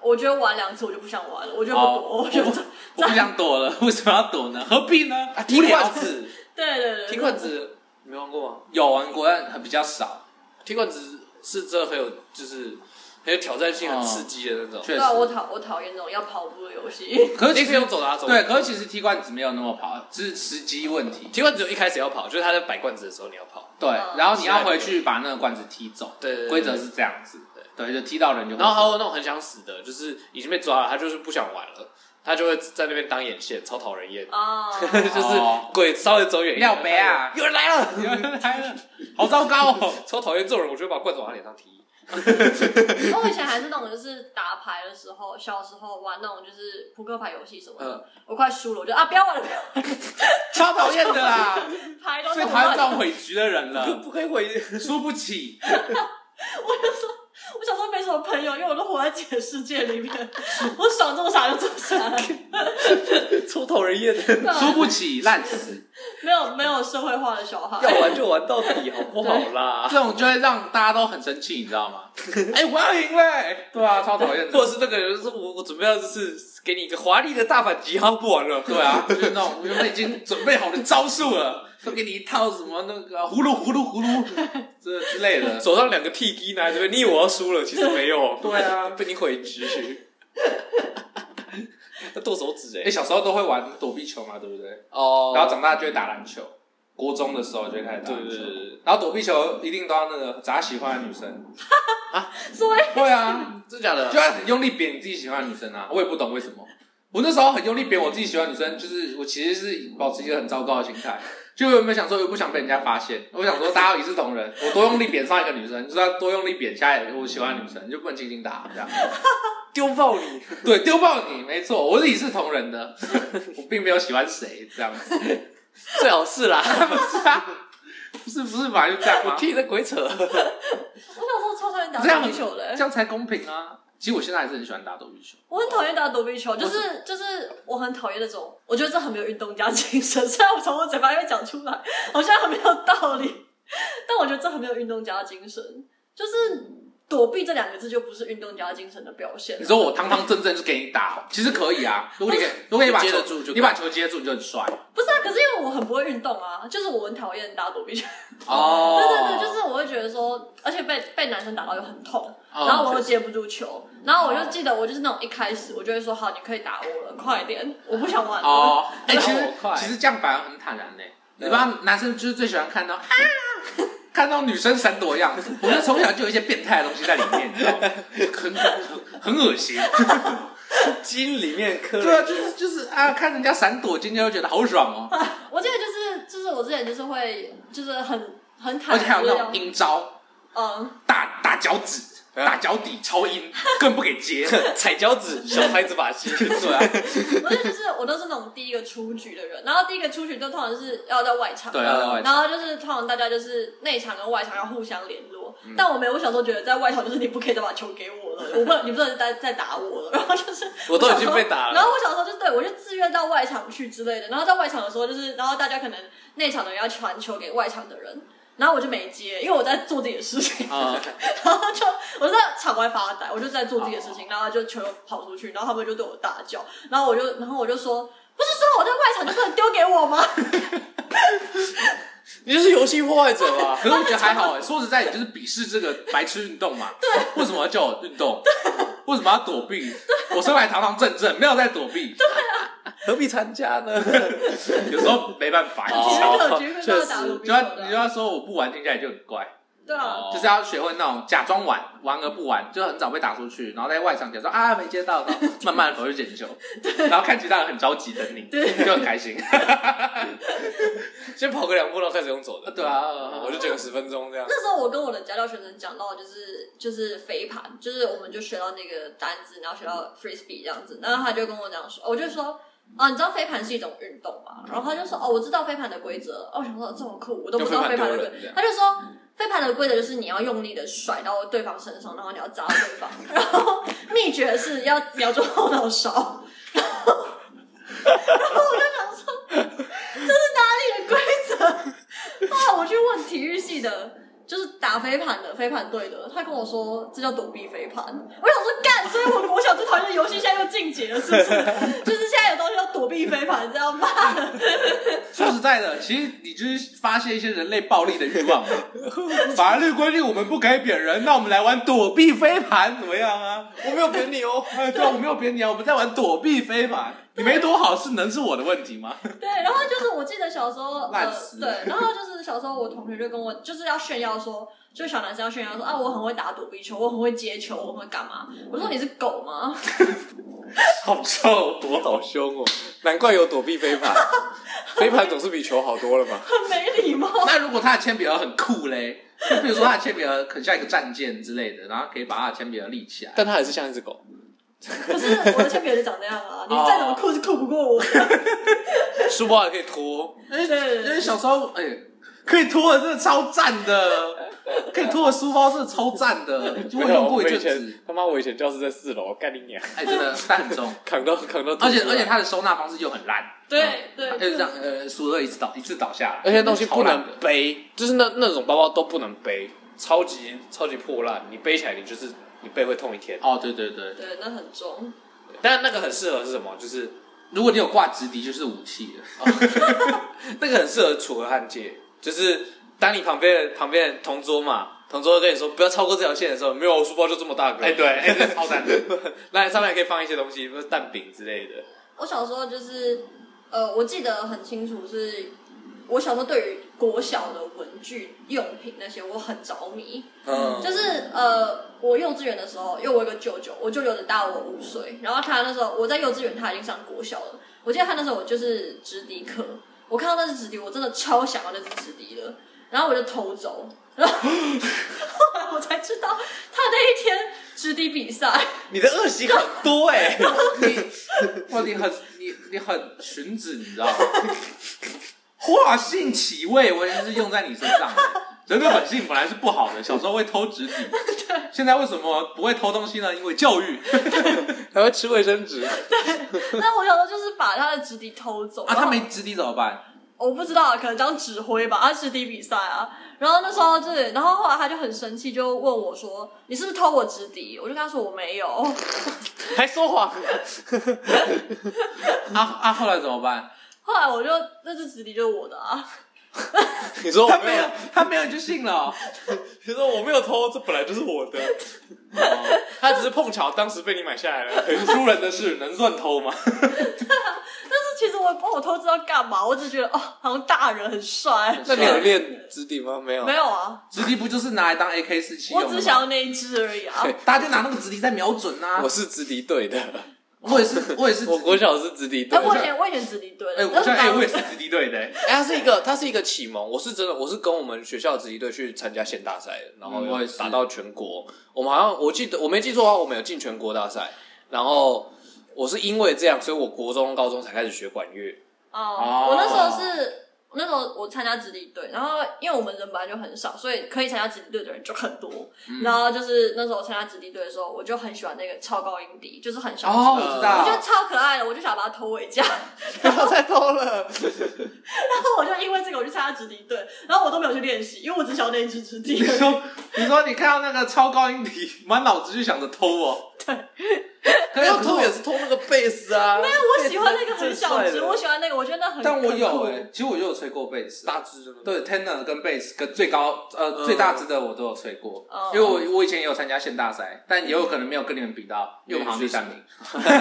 S3: 我觉得玩两次我就不想玩了，我就不躲，
S1: 哦
S3: 我就不
S1: 我不想躲了，为什么要躲呢？何必呢？
S2: 啊踢
S1: 无聊
S2: 罐子，
S3: 对对
S2: 踢
S3: 对，
S2: 罐子，你没玩过吗？
S1: 有玩过，但很比较少。
S2: 踢馆子是真的很有，就是很有挑战性、很刺激的那种。
S1: 确
S3: 对
S1: 实，
S3: 啊，我讨我讨厌这种要跑步的游 戏，
S1: 可是
S2: 你
S1: 其
S2: 可
S1: 实
S2: 以用走的啊，走的
S1: 对，可是其实踢罐子没有那么跑，只是时机问题。
S2: 踢馆子有一开始要跑，就是他在摆罐子的时候你要跑，
S1: 对，
S3: 嗯
S1: 然后你要回去把那个罐子踢走。
S2: 啊对对对
S1: 规则是这样子。对，就踢到人就会死。
S2: 然后还有那种很想死的，就是已经被抓了，他就是不想玩了，他就会在那边当眼线，超讨人厌。
S3: 啊，
S2: 就是鬼稍微走远一点，哎
S1: 廖北啊
S2: 有人来了，
S1: 有人来了，好糟糕哦！
S2: 超讨厌这种人，我就会把罐子往他脸上踢。
S3: 我以前还是那种，就是打牌的时候，小时候玩那种就是扑克牌游戏什么的，
S2: 嗯
S3: 我快输了，我就啊不要玩了，不要玩
S1: 超讨厌的啦，
S3: 了牌都
S1: 最
S3: 弄
S1: 讨厌
S3: 乱
S1: 这种毁局的人
S2: 不
S1: 了，
S2: 不可以回，
S1: 输不起，
S3: 我小时候没什么朋友，因为我都活在自己的世界里面，我想做啥就做啥。
S2: 超讨人厌的。
S1: 输不起，烂死。
S3: 啊没有没有社会化的小孩，
S2: 要玩就玩到底，好不好啦？
S1: 这种就会让大家都很生气，你知道吗？哎、我要赢了、哎对啊，超讨厌
S2: 或
S1: 的。
S2: 者是那个人说我我准备要就是给你一个华丽的大反击，好不玩了。
S1: 对啊，就是那种原本已经准备好的招数了，都给你一套什么那个葫芦葫芦葫芦这之类的。
S2: 手上两个 T 滴拿在这边，你以为我要输了，其实没有。
S1: 对啊
S2: 被你毁局。要剁手指哎、
S1: 哎、小时候都会玩躲避球嘛，对不对？
S2: 哦
S1: 然后长大就会打篮球。国中的时候就会开始打篮球，
S2: 对对对对
S1: 然后躲避球一定都要那个砸喜欢的女 生，
S3: 所以
S1: 对啊，
S2: 真假
S1: 就
S2: 的？
S1: 要很用力扁你自己喜欢的女生啊，我也不懂为什么。我那时候很用力扁我自己喜欢的女生，就是我其实是保持一个很糟糕的心态，就有没有想说，又不想被人家发现，我想说大家要一视同仁，我多用力扁上一个女生，就是要多用力扁下一个我喜欢的女生，就不能轻轻打这样。
S2: 丢爆你！
S1: 对，丢爆你，没错，我是一视同仁的，我并没有喜欢谁这样子，
S2: 最好是啦，
S1: 不是不是本来就这样吗？
S2: 我替你的鬼扯。
S3: 我小时候超讨厌打
S1: 这样
S3: 躲避球的、欸
S1: 这样才公平啊！其实我现在还是很喜欢打躲避球，
S3: 我很讨厌打躲避球，就是就是我很讨厌那种，我觉得这很没有运动家精神。 虽然我从我嘴巴里面讲出来，好像很没有道理，但我觉得这很没有运动家精神。就是躲避这两个字就不是运动家精神的表现
S1: 你。说我堂堂正正就给你打，其实可以啊。如果你给，如果你把球
S2: 接得住就可以
S1: 你把球接住，你就很帅
S3: 不是啊，可是因为我很不会运动啊，就是我很讨厌打躲避球。
S1: 哦
S3: 对对对，就是我会觉得说，而且被被男生打到又很痛，
S1: 哦
S3: 然后我又接不住球，然后我就记得我就是那种一开始我就会说好，你可以打我了，快点，我不想玩了。
S1: 哦。哎，其
S2: 那我
S1: 实
S2: 快
S1: 其实这样反而很坦然嘞。你知道男生就是最喜欢看到啊，看到女生闪躲的样子。我们从小就有一些变态的东西在里面，你知道吗？很很很恶心。
S2: 筋里面刻
S1: 对啊，就是就是啊，看人家闪躲，今天就觉得好爽哦。
S3: 我记得就是就是我之前就是会就是很很
S1: 而
S3: 坦
S1: 且还
S3: 然
S1: 有
S3: 地
S1: 那
S3: 要
S1: 种阴招，
S3: 嗯，
S1: 大大脚趾、大脚底超阴，更不给 接。
S2: 踩脚趾，小孩子把戏。
S1: 对啊，
S3: 我记得就是我都是那种第一个出局的人，然后第一个出局就通常是要在外场，
S1: 对啊，在外
S3: 然后就是通常大家就是内场跟外场要互相联络，
S2: 嗯
S3: 但我没有，我小时候觉得在外场就是你不可以再把球给我了，我不你不能再再打我了，然后就是
S2: 我都已经被打了
S3: 然后我小时候就对我就自愿到外场去之类的，然后在外场的时候就是，然后大家可能内场的人要传球给外场的人，然后我就没接，因为我在做自己的事情，
S1: 啊，
S3: 然后就我就在场外发呆，我就在做自己的事
S1: 哦
S3: 情，然后就球跑出去，然后他们就对我大叫，然后我就然后我就说。不是说我在外场就不能丢给我吗？
S2: 你就是游戏破坏者吧？
S1: 可是我觉得还好哎。说实在，你就是鄙视这个白痴运动嘛。对，为什么要叫我运动？为什么要躲避？我生来堂堂正正，没有在躲避。
S2: 何必参加呢？
S1: 有时候没办法，
S3: 其
S1: 你
S3: 实
S1: 知道吗
S3: 没有局面都要打
S2: 确实
S3: 躲避
S1: 哦就
S3: 球
S1: 要你就
S3: 的啊，
S1: 要说我不玩，听起来就很怪。
S3: 对啊，
S2: 哦
S1: 就是要学会那种假装玩，玩而不玩，就很早被打出去，然后在外场假装啊没接到，然后慢慢地跑去捡球，然后看其他人很着急等你，就很开心。
S2: 先跑个两步，然后开始用走的。
S1: 对啊，
S2: 我就减个十分钟这 样。
S3: 那时候我跟我的家教学生讲到，就是就是飞盘，就是我们就学到那个单字，然后学到 frisbee 这样子，然后他就跟我讲说，我就说。啊，你知道飞盘是一种运动吗？然后他就说，哦，我知道飞盘的规则。哦，我想说这么酷，我都不知道飞盘的
S2: 就飞
S3: 规
S2: 盘丢人这
S3: 则
S2: 样。
S3: 他就说，飞盘的规则就是你要用力的甩到对方身上，然后你要砸到对方， 然后秘诀是要瞄准后脑勺。然后，然后我就想说，这是哪里的规则？啊，我去问体育系的，就是打飞盘的飞盘队的，他跟我说这叫躲避飞盘。我想说干，所以我国小最讨厌的游戏现在又进阶了，是不是？就是现在有东西叫躲避飞盘，这样吗？
S1: 说实在的，其实你就是发泄一些人类暴力的欲 望嘛。法律规定我们不可以扁人，那我们来玩躲避飞盘怎么样啊？
S2: 我没有扁你哦。
S1: 哎，对啊，我没有扁你啊，我们在玩躲避飞盘，你没躲好是能是我的问题 吗？
S3: 对，然后就是我记得小时候，
S1: 烂
S3: 呃，
S1: 死
S3: 对，然后就是小时候我同学就跟我就是要炫耀说，就小男生要炫耀说啊，我很会打躲避球，我很会接球，我很会干嘛？我说你是狗吗？
S1: 好臭，
S2: 我好凶哦，难怪有躲避飞盘，飞盘总是比球好多了吧？
S3: 很没礼貌。
S1: 那如果他的铅笔盒很酷嘞，就比如说他的铅笔盒很像一个战舰之类的，然后可以把他的铅笔盒立起来。
S2: 但它还是像一只狗，
S3: 可是我的铅笔就长那样啊，你再怎么酷是酷不过我的。
S2: 书包还可以拖。
S1: 哎
S3: 对
S1: 因为小时候，哎、可以拖的，真的超赞的。可以拖着书包，是超赞的。我用过一阵
S2: 没有我以
S1: 子
S2: 前，他妈，我以前教室在四楼，干你娘，
S1: 哎，真的，但很重，
S2: 扛到扛到吐出来，
S1: 而且而且它的收纳方式又很烂，
S3: 对对
S1: 它就是这样，呃，书都一次倒一次倒下来，
S7: 而且东西
S1: 超
S7: 不
S1: 烂
S7: 能
S1: 的
S7: 背，就是那那种包包都不能背，超级超级破烂，你背起来你就是你背会痛一天。
S1: 哦，对对对，
S3: 对，那很重。
S7: 但那个很适合是什么？就是
S1: 如果你有挂直笛，就是武器了。
S7: 那个很适合楚河汉界，就是当你旁边的旁边的同桌嘛，同桌跟你说不要超过这条线的时候，没有我书包就这么大个，
S2: 哎对，哎这
S1: 超赞
S7: 那上面还可以放一些东西，比如说蛋饼之类的。
S3: 我小时候就是，呃，我记得很清楚是，我小时候对于国小的文具用品那些我很着迷，
S7: 嗯，
S3: 就是呃，我幼稚园的时候，因为我有个舅舅，我舅舅只大我五岁，然后他那时候我在幼稚园，他已经上国小了。我记得他那时候我就是直笛课，我看到那支直笛，我真的超想要那支直笛了，然后我就偷走，然后 后来我才知道他那一天直笛比赛，
S7: 你的恶习很多哎、
S1: 你， 哇，你很你你很荀子，你知道吗？ 化性起味，完全是用在你身上的。人的本性本来是不好的，小时候会偷 纸笔，现在为什么不会偷东西呢？因为教育
S2: 还会吃卫生 纸，
S3: 但我小时候就是把他的直笛偷走
S1: 啊，
S3: 然后
S1: 他没纸笔怎么办？
S3: 我不知道，可能当指挥吧，他是敌比赛啊。然后那时候就是，然后后来他就很生气，就问我说：“你是不是偷我直笛？”我就跟他说我没有。
S2: 还说谎，
S1: 啊啊，后来怎么办？
S3: 后来我就那只直笛就是我的啊，
S2: 你说
S1: 他
S2: 我没
S1: 没有
S2: 有，，
S1: 他没有就信了哦。
S2: 你说我没有偷，这本来就是我的，哦
S7: 他只是碰巧当时被你买下来了。
S1: 读书人的事能算偷吗？
S3: 但是其实我也不知道我偷知道干嘛，我只觉得哦，好像大人很帅。
S2: 那你有练指底吗？没有，
S3: 没有啊，
S1: 纸笔不就是拿来当 AK 四七
S3: 我
S1: 用的
S3: 只
S1: 吗
S3: 想要那一只而已啊。
S1: 大家就拿那个纸笔在瞄准啊
S2: 我！是直敌队的，
S1: 我也是，我也是直
S2: 我
S1: 笛，
S2: 国小是直敌
S3: 哎、
S2: 队
S3: 我以前我以前直笛队
S1: 哎，
S3: 的，
S1: 我
S3: 但
S1: 现在哎，
S3: 是
S1: 我也是直敌队的欸。
S7: 哎、他是一个，他是一个启蒙。我是真的，我是跟我们学校的子弟队去参加县大赛的，然后
S1: 嗯我也是
S7: 打到全国。我们好像我记得我没记错的话，我们有进全国大赛。然后我是因为这样，所以我国中、高中才开始学管乐。
S3: 哦，我那时候是。那时候我参加直立队，然后因为我们人本来就很少，所以可以参加直立队的人就很多。
S1: 嗯
S3: 然后就是那时候参加直立队的时候，我就很喜欢那个超高音笛，就是很小的
S1: 哦，
S3: 笛
S1: 我知
S3: 我觉得
S1: 道，
S3: 超可爱的，我就想把它偷回家。 然
S2: 不要再偷了，
S3: 后我就因为这个我去参加直立队，然后我都没有去练习，因为我只想要那一支直立
S1: 你。说，你说你看到那个超高音笛，满脑子就想着偷 哦。对，
S7: 哎
S2: 要偷也是偷那个贝斯啊，没有，
S3: 我喜欢那个很小
S2: 最帅
S3: 只，
S2: 的
S3: 我喜欢那个，我觉得那很。
S1: 但我有
S3: 哎、
S1: 哎，其实我就有吹过贝斯。啊
S7: 大致真的
S1: 对，tenor 跟 bass 跟最高呃最大值的我都有吹过
S3: 哦，
S1: 因为我我以前也有参加县大赛，但也有可能没有跟你们比到，因为我们好像第三名，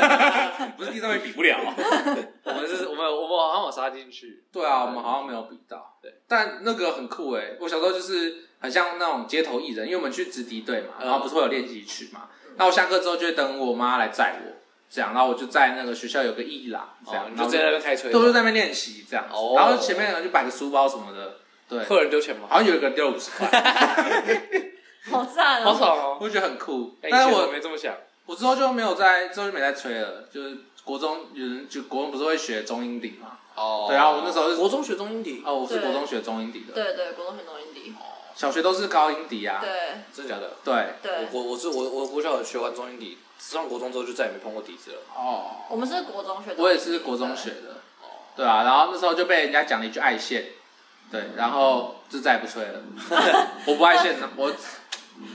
S1: 不是第三名比不了。
S7: 我们是我们我们好像有杀进去，
S1: 对啊，我们好像没有比到。对，但那个很酷哎、我小时候就是很像那种街头艺人，因为我们去直笛队嘛，然后不是会有练习曲嘛。那我下课之后就会等我妈来载我，这样，然后我就在那个学校有个艺廊，这样
S7: 哦，，你
S1: 然
S7: 就
S1: 后
S7: 直接在那边开吹
S1: 对，，我就在那边练习这样子
S7: 哦
S1: 然后前面呢就摆个书包什么的，对，
S7: 客人丢钱吗？
S1: 好像有一个人丢了五 十块，
S3: 好赞
S7: 好
S3: 哦、
S7: 爽哦！
S1: 我就觉得很酷。
S7: 哎
S1: 但
S7: 以
S1: 是
S7: 前
S1: 我
S7: 没这么想，
S1: 我之后就没有在，之后就没再吹了，就是国中有人就国中不是会学中音笛嘛？
S7: 哦
S1: 对啊，我那时候是
S7: 国中学中音笛，
S1: 哦，我是
S3: 对
S1: 国中学中音笛的，
S3: 对对，国中很多音笛。
S1: 小学都是高音笛啊，
S3: 对
S7: 真的假的？
S1: 对。
S3: 对，
S7: 我我是我我国小有学完中音笛，上国中之后就再也没碰过笛子了。
S1: 哦，
S3: 我们是国中学的。
S1: 我也是国中学的，对啊，然后那时候就被人家讲了一句爱线，对，然后就再也不吹 了，我不爱线了，我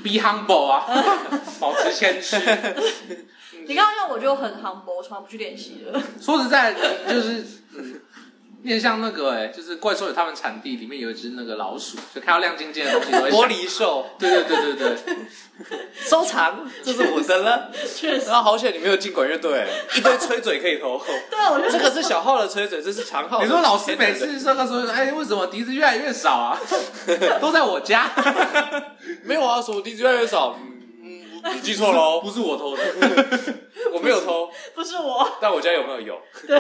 S1: be humble 啊，保持谦虚。
S3: 你看，像我就很 humble，我从来不去练习了。
S1: 说实在，就是嗯，面向那个哎、就是怪兽与他们产地里面有一只那个老鼠，就看到亮晶晶的东西都会想
S7: 玻，璃兽
S1: 对对对对对，
S2: 收藏，这是我的了。
S3: 确实
S2: 然，后好险你没有进管乐 队，
S7: 一堆吹嘴可以偷，
S3: 对，我就
S7: 这个是小号的吹嘴，这是长号的。
S1: 你说老师每次上课的时候就说，哎，为什么笛子越来越少 啊？都在我家，
S2: 没有啊，什么笛子越来越少，嗯
S7: 你记错
S2: 哦
S7: 喽，
S1: 不是我偷的。
S7: 我没有偷，
S3: 不是我。
S7: 但我家有没有有？
S3: 哎、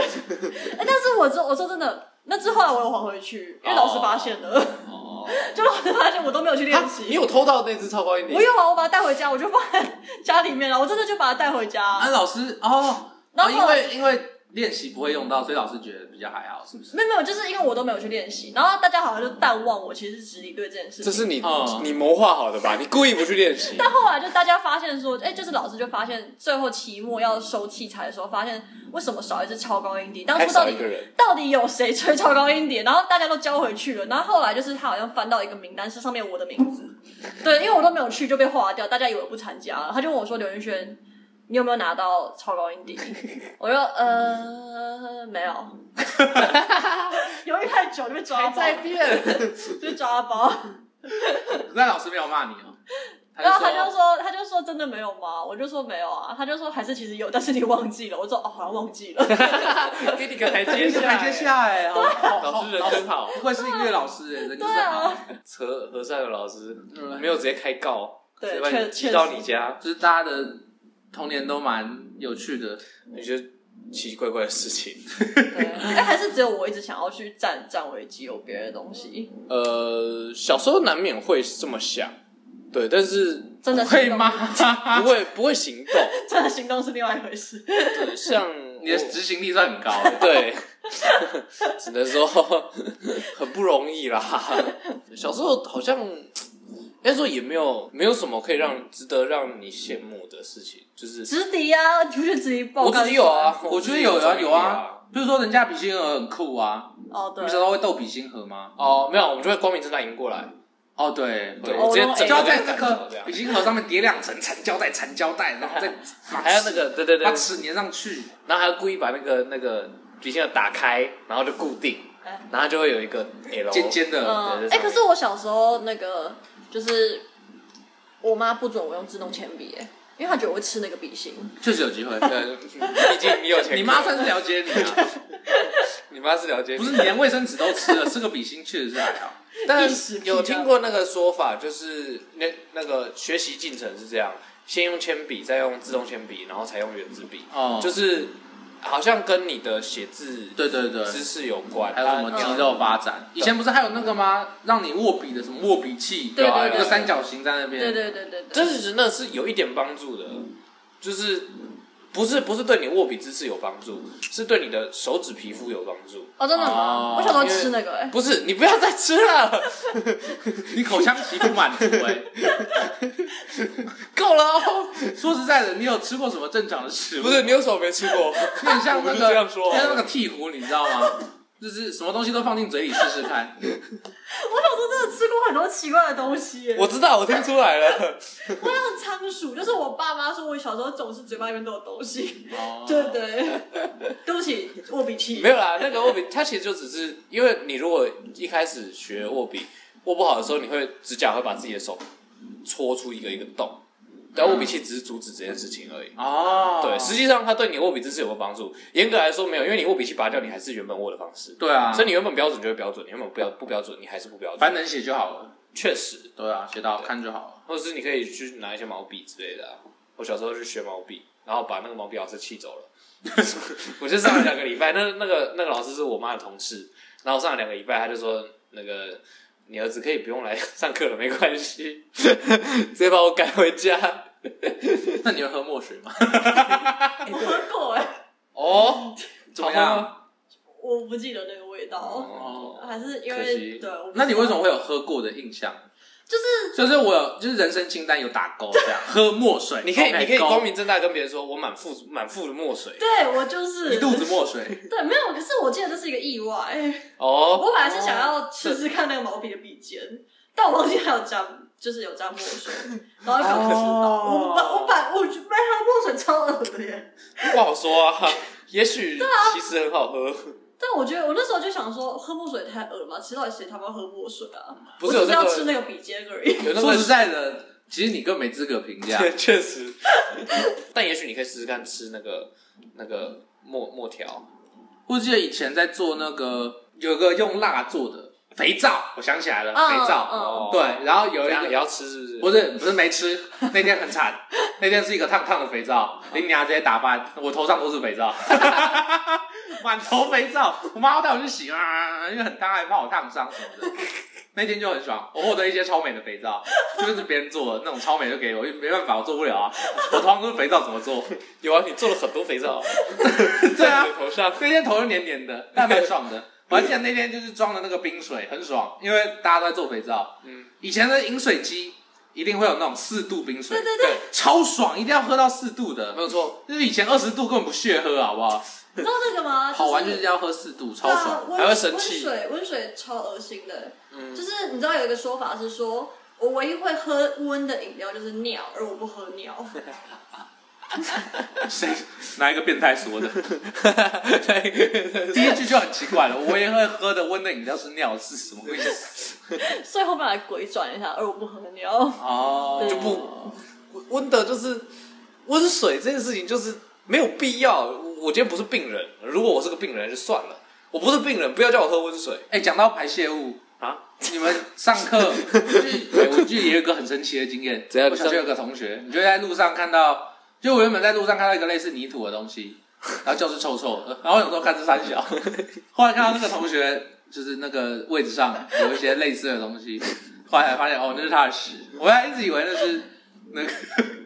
S3: 但是我说，我说真的，那之后来我有还回去，因为老师发现了，
S7: 哦，
S3: 就老师发现我都没有去练习。
S2: 啊你有偷到那只超高音笛
S3: 我？有啊，我把它带回家， 我就放在家里面了。我真的就把它带回家。
S1: 啊，老师哦，
S3: 然
S1: 哦，
S3: 后
S1: 因
S3: 后来
S1: 为因为练习不会用到，所以老师觉得比较还好，是不 是？
S3: 没有没有，就是因为我都没有去练习，然后大家好像就淡忘我其实是直理对这件事情。
S2: 这是你、
S1: 嗯
S2: 你谋划好的吧？你故意不去练习，
S3: 但后来就大家发现说，哎、就是老师就发现最后期末要收器材的时候，发现为什么少一支超高音笛？当
S2: 还
S3: 初到
S2: 少
S3: 底
S2: 一个人。
S3: 到底有谁吹超高音碟？然后大家都交回去了。然后后来就是他好像翻到一个名单，是上面我的名字。对，因为我都没有去就被划掉，大家以为我不参加了。他就问我说：“刘云轩，你有没有拿到超高音碟？”我就呃没有，犹豫太久就被抓包，
S7: 变，
S3: 就被抓包。
S1: 那老师没有骂你 哦，
S3: 然后他
S1: 就
S3: 就
S1: 说
S3: 说，他就说真的没有吗？我就说没有啊。他就说还是其实有，但是你忘记了。我说哦，好像忘记了。
S7: 给你个台阶
S1: 一个
S7: 下，
S1: 台阶下哎，好好
S2: 老师人真好，
S1: 不愧是音乐老师哎，人就是
S3: 对
S1: 好
S3: 啊，
S2: 和和善的老师
S1: 嗯
S2: 没有直接开告，
S3: 对
S2: 直接把
S3: 确
S2: 你寄到你家，
S1: 就是大家的童年都蛮有趣的。
S2: 你觉得奇奇怪怪的事情。
S3: 对，哎，还是只有我一直想要去占占为己有别人的东西。
S2: 呃，小时候难免会这么想，对，但是
S3: 真的
S1: 会
S3: 行动
S1: 吗？
S2: 不会不会行动，
S3: 真的行动是另外一回事。
S2: 对像
S1: 你的
S2: 我
S1: 执行力算很高哎。
S2: 对，只能说很不容易啦。 小时候好像应该说也没有没有什么可以让值得让你羡慕的事情，就是
S3: 直笛啊，你不觉得直笛爆
S2: 我
S3: 肝
S2: 自己有啊，
S1: 我觉
S2: 自
S1: 得
S2: 己
S1: 有
S2: 这
S1: 啊
S2: 个
S1: 有
S2: 能力
S1: 啊，比如说人家比心盒很酷啊，
S3: 哦，
S1: 你
S3: 对
S1: 们，知道会斗比心盒吗？
S2: 哦，没有，我们就会光明正大赢过来，
S1: 哦，对
S2: 对，
S1: 对，
S3: 哦
S2: 直接
S3: 我
S2: 整
S1: 就要
S2: 个
S1: 在那
S2: 那个
S1: 个
S2: 这样
S1: 比心盒上面叠两层缠胶带，缠胶带， 然后再
S2: 还有那个对对对
S1: 把，齿粘上去。
S2: 然后还要故意把那个那个笔芯要打开，然后就固定
S3: 哎，
S2: 然后就会有一个 L
S1: 尖尖的，
S2: 对
S3: 嗯，
S2: 这
S3: 哎，
S2: 种
S3: 可是我小时候那个就是我妈不准我用自动铅笔，哎，因为她觉得我会吃那个笔芯。
S1: 确实有机会。
S2: 呃， 毕竟你有钱，
S1: 你妈算是了解你啊，
S2: 你妈是了解 你，
S1: 不是你连卫生纸都吃了，吃个比心确实是还好。
S2: 但
S3: 意识不一样
S2: 有听过那个说法，就是那那个学习进程是这样：先用铅笔，再用自动铅笔，然后才用圆珠笔。
S1: 哦，
S2: 就是是好像跟你的写字
S1: 对对对，
S2: 知识有关。啊
S1: 还有什么
S2: 它
S1: 肌肉发展？以前不是还有那个吗？让你握笔的什么握笔器，
S3: 对
S1: 吧
S3: 对对
S1: 一个三角形在那边。
S3: 对对对对对
S2: 真，是那是有一点帮助的，就是不是不是对你握笔姿势有帮助，是对你的手指皮肤有帮助。
S3: 哦，真的
S1: 哦
S3: 吗？我小时候吃那个，哎，
S2: 不是，你不要再吃了，
S1: 你口腔期不满足 哎。
S2: 够了哦。
S1: 说实在的，你有吃过什么正常的食物？
S2: 不是，你有什么没吃过？
S1: 有点 像那
S2: 我不
S1: 个，
S2: 是这样说
S1: 像那个鹈鹕，你知道吗？ 就是什么东西都放进嘴里试试看。
S3: 我小时候真的吃过很多奇怪的东西，哎
S2: 我知道，我听出来了。
S3: 我像仓鼠，就是我爸妈说我小时候总是嘴巴里面都有东西。
S1: 哦
S3: 对对，对不起，握笔器
S2: 没有啦，那个握笔，它其实就只是因为你如果一开始学握笔，握不好的时候，你会指甲会把自己的手戳出一个一个洞，但握笔器只是阻止这件事情而已。
S1: 嗯哦，
S2: 对，实际上它对你握笔姿势有没有帮助？严格来说没有，因为你握笔器拔掉，你还是原本握的方式，
S1: 对啊，
S2: 所以你原本标准就会标准，你原本不标不标准，你还是不标
S1: 反正
S2: 准。
S1: 能写就好了。
S2: 确实，
S1: 对啊，写到看就好了。
S2: 或者是你可以去拿一些毛笔之类的、啊。我小时候去学毛笔，然后把那个毛笔老师气走了。 我就上了两个礼拜，那那个那个老师是我妈的同事，然后上了两个礼拜，他就说那个你儿子可以不用来上课了，没关系， 直接把我赶回家。
S1: 那你会喝墨水吗？
S3: 我喝过哎、
S2: 哦，
S1: 怎么样？
S3: 我不记得那个味道，
S1: 哦，
S3: 还是因
S2: 可惜
S3: 为对。我不知道
S1: 那你为什么会有喝过的印象？
S3: 就是
S1: 就是我有，就是人生清单有打勾 这样，喝墨水，
S2: 你可以
S1: OK，
S2: 你可以
S1: 勾
S2: 光明正大跟别人说，我满腹满腹的墨水。
S3: 对我就是
S1: 一肚子墨水，
S3: 对没有，可是我记得这是一个意外。
S2: 哦，
S3: 我本来是想要试试看那个毛笔的笔尖，但我忘记还有加，就是有加 墨水，然后搞不知道。
S1: 哦
S3: 我把我把我觉得它墨水 超恶的耶。
S2: 不好说啊， 也许其实很好喝。
S3: 但我觉得我那时候就想说，喝墨水太恶了嘛，其实到底谁他妈喝墨水啊？
S2: 不是
S3: 我
S2: 有
S3: 只是
S2: 那
S3: 要吃
S2: 个
S3: 那个笔尖而已。
S2: 有那
S1: 说
S2: 个
S1: 实在的，其实你更没资格评价。
S2: 对，啊 确实。但也许你可以试试看吃那个那个墨墨条，
S1: 我记得以前在做那个有个用蜡做的肥皂，我想起来了，
S3: 嗯
S1: 肥皂。
S2: 哦
S1: 对，然后有
S2: 这
S1: 一
S2: 样也
S1: 个
S2: 要吃是不是？
S1: 不是不是没吃，那天很惨， 那天是一个烫烫的肥皂，林娘直接打翻，我头上都是肥皂， 满头肥皂，我妈要带我去洗啊，因为很烫，还怕我烫伤什么的。那天就很爽，我获得一些超美的肥皂，就是别人做的那种超美就给我，因为没办法，我做不了啊。我通常都是肥皂怎么做？
S2: 有啊，你做了很多肥 皂，
S1: 对啊
S2: 在你，头上，
S1: 那天头是黏黏的，但蛮爽 的。我还记得那天就是装的那个冰水，很爽，因为大家都在做肥皂。
S2: 嗯，
S1: 以前的饮水机一定会有那种四度冰水，
S3: 对对对，
S1: 超爽，一定要喝到四度的
S7: 没。有 错，
S1: 就是以前二十度根本不屑喝，好不好？
S3: 你知道那个吗？
S1: 好玩就是要喝四度，超
S3: 对啊
S1: 爽。
S3: 温
S2: 还会生气嗯
S3: 温水温水超恶心的，就是你知道有一个说法是说，我唯一会喝温的饮料就是尿，而我不喝 尿。
S1: 谁哪一个变态说的？
S2: 对
S1: 第一句就很奇怪了。我也会喝的温的饮料是尿，是什么意思？
S3: 所以后面来鬼转一下，而我不喝尿。
S1: 哦，
S3: 对
S1: 就
S3: 就
S1: 不
S3: 不
S2: 温的就是温水这件事情，就是没有必要。我我今天不是病人，如果我是个病人就算了，我不是病人，不要叫我喝温水
S1: 哎，讲到排泄物，
S2: 啊。
S1: 你们上课，就是我记得也有一个很神奇的经验。
S2: 怎样
S1: 我小学有个同学，你就在路上看到，就我原本在路上看到一个类似泥土的东西，然后就是臭臭的，然后有时候看这三 小，后来看到那个同学就是那个位置上有一些类似的东西，后来才发现哦，那是他的屎。我还一直以为那是那个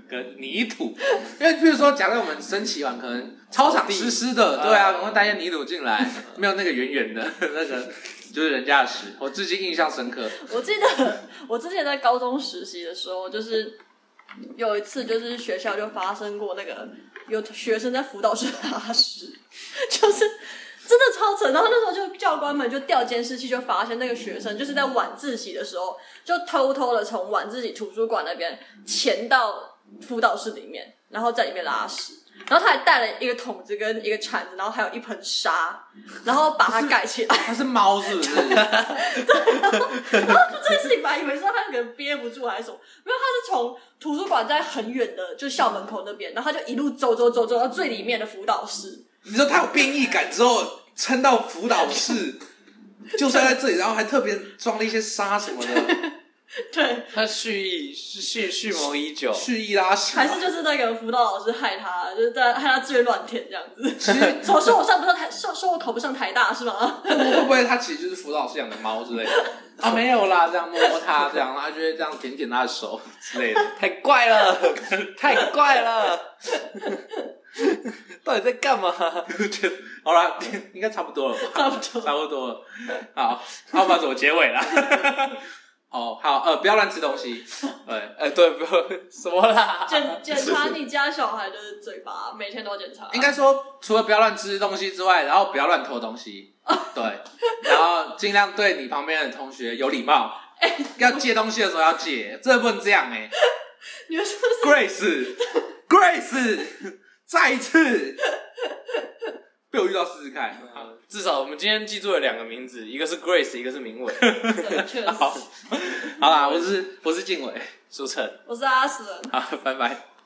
S1: 个泥土，因为比如说，假设我们升旗完，可能操场湿湿的，对啊，我们带些泥土进来，没有那个圆圆的那个。就是人家的屎，我至今印象深刻。
S3: 我记得我之前在高中实习的时候，就是有一次，就是学校就发生过那个有学生在辅导室拉屎，就是真的超扯。然后那时候就教官们就调监视器，就发现那个学生就是在晚自习的时候，就偷偷的从晚自习图书馆那边潜到辅导室里面，然后在里面拉屎。然后他还带了一个桶子跟一个铲子，然后还有一盆沙，然后把它盖起来。
S1: 它是猫是不是？
S3: 这件事情本来以为是他可能憋不住还是什么，没有，他是从图书馆在很远的就校门口那边，然后他就一路走走走走到最里面的辅导室，
S1: 你说他有变异感之后，撑到辅导 室，就算在这里，然后还特别装了一些沙什么 的，
S3: 对，
S2: 他蓄意是蓄蓄谋已久，
S1: 蓄意拉屎。啊
S3: 还是就是那个辅导老师害他，就是在害他自愿乱填这样
S1: 其
S3: 子。
S1: 实
S3: 怎么说我上不上台，说说我考不上台大是吗？
S1: 我会不会他其实就是辅导室养的猫之类的？ 啊，没有啦，这样摸摸它，这样，然后它就会这样舔舔它的手之类的。
S2: 太怪了，太怪 了，到底在干 嘛？
S1: 好啦， 应该差不多了吧？
S3: 差不多
S1: 差不多了。好，那我们要怎么结尾啦？ 哦，好，呃，不要乱吃东 西。对，
S2: 哎，对，不要什么啦，
S3: 检检查你家小孩的嘴巴，每天都要检查。
S1: 应该说，除了不要乱吃东西之外，然后不要乱偷东西，对，然后尽量对你旁边的同学有礼貌。要借东西的时候要借，这不能这样哎、
S3: 你们是不是
S1: Grace，Grace，再一 次被我遇到试试看。好
S2: 至少我们今天记住了两个名字，一个是 Grace，一个是明伟，
S3: 对确实？
S1: 好，好啦，我是我是静伟，
S2: 苏晨。
S3: 我是阿死人。
S1: 好，拜拜。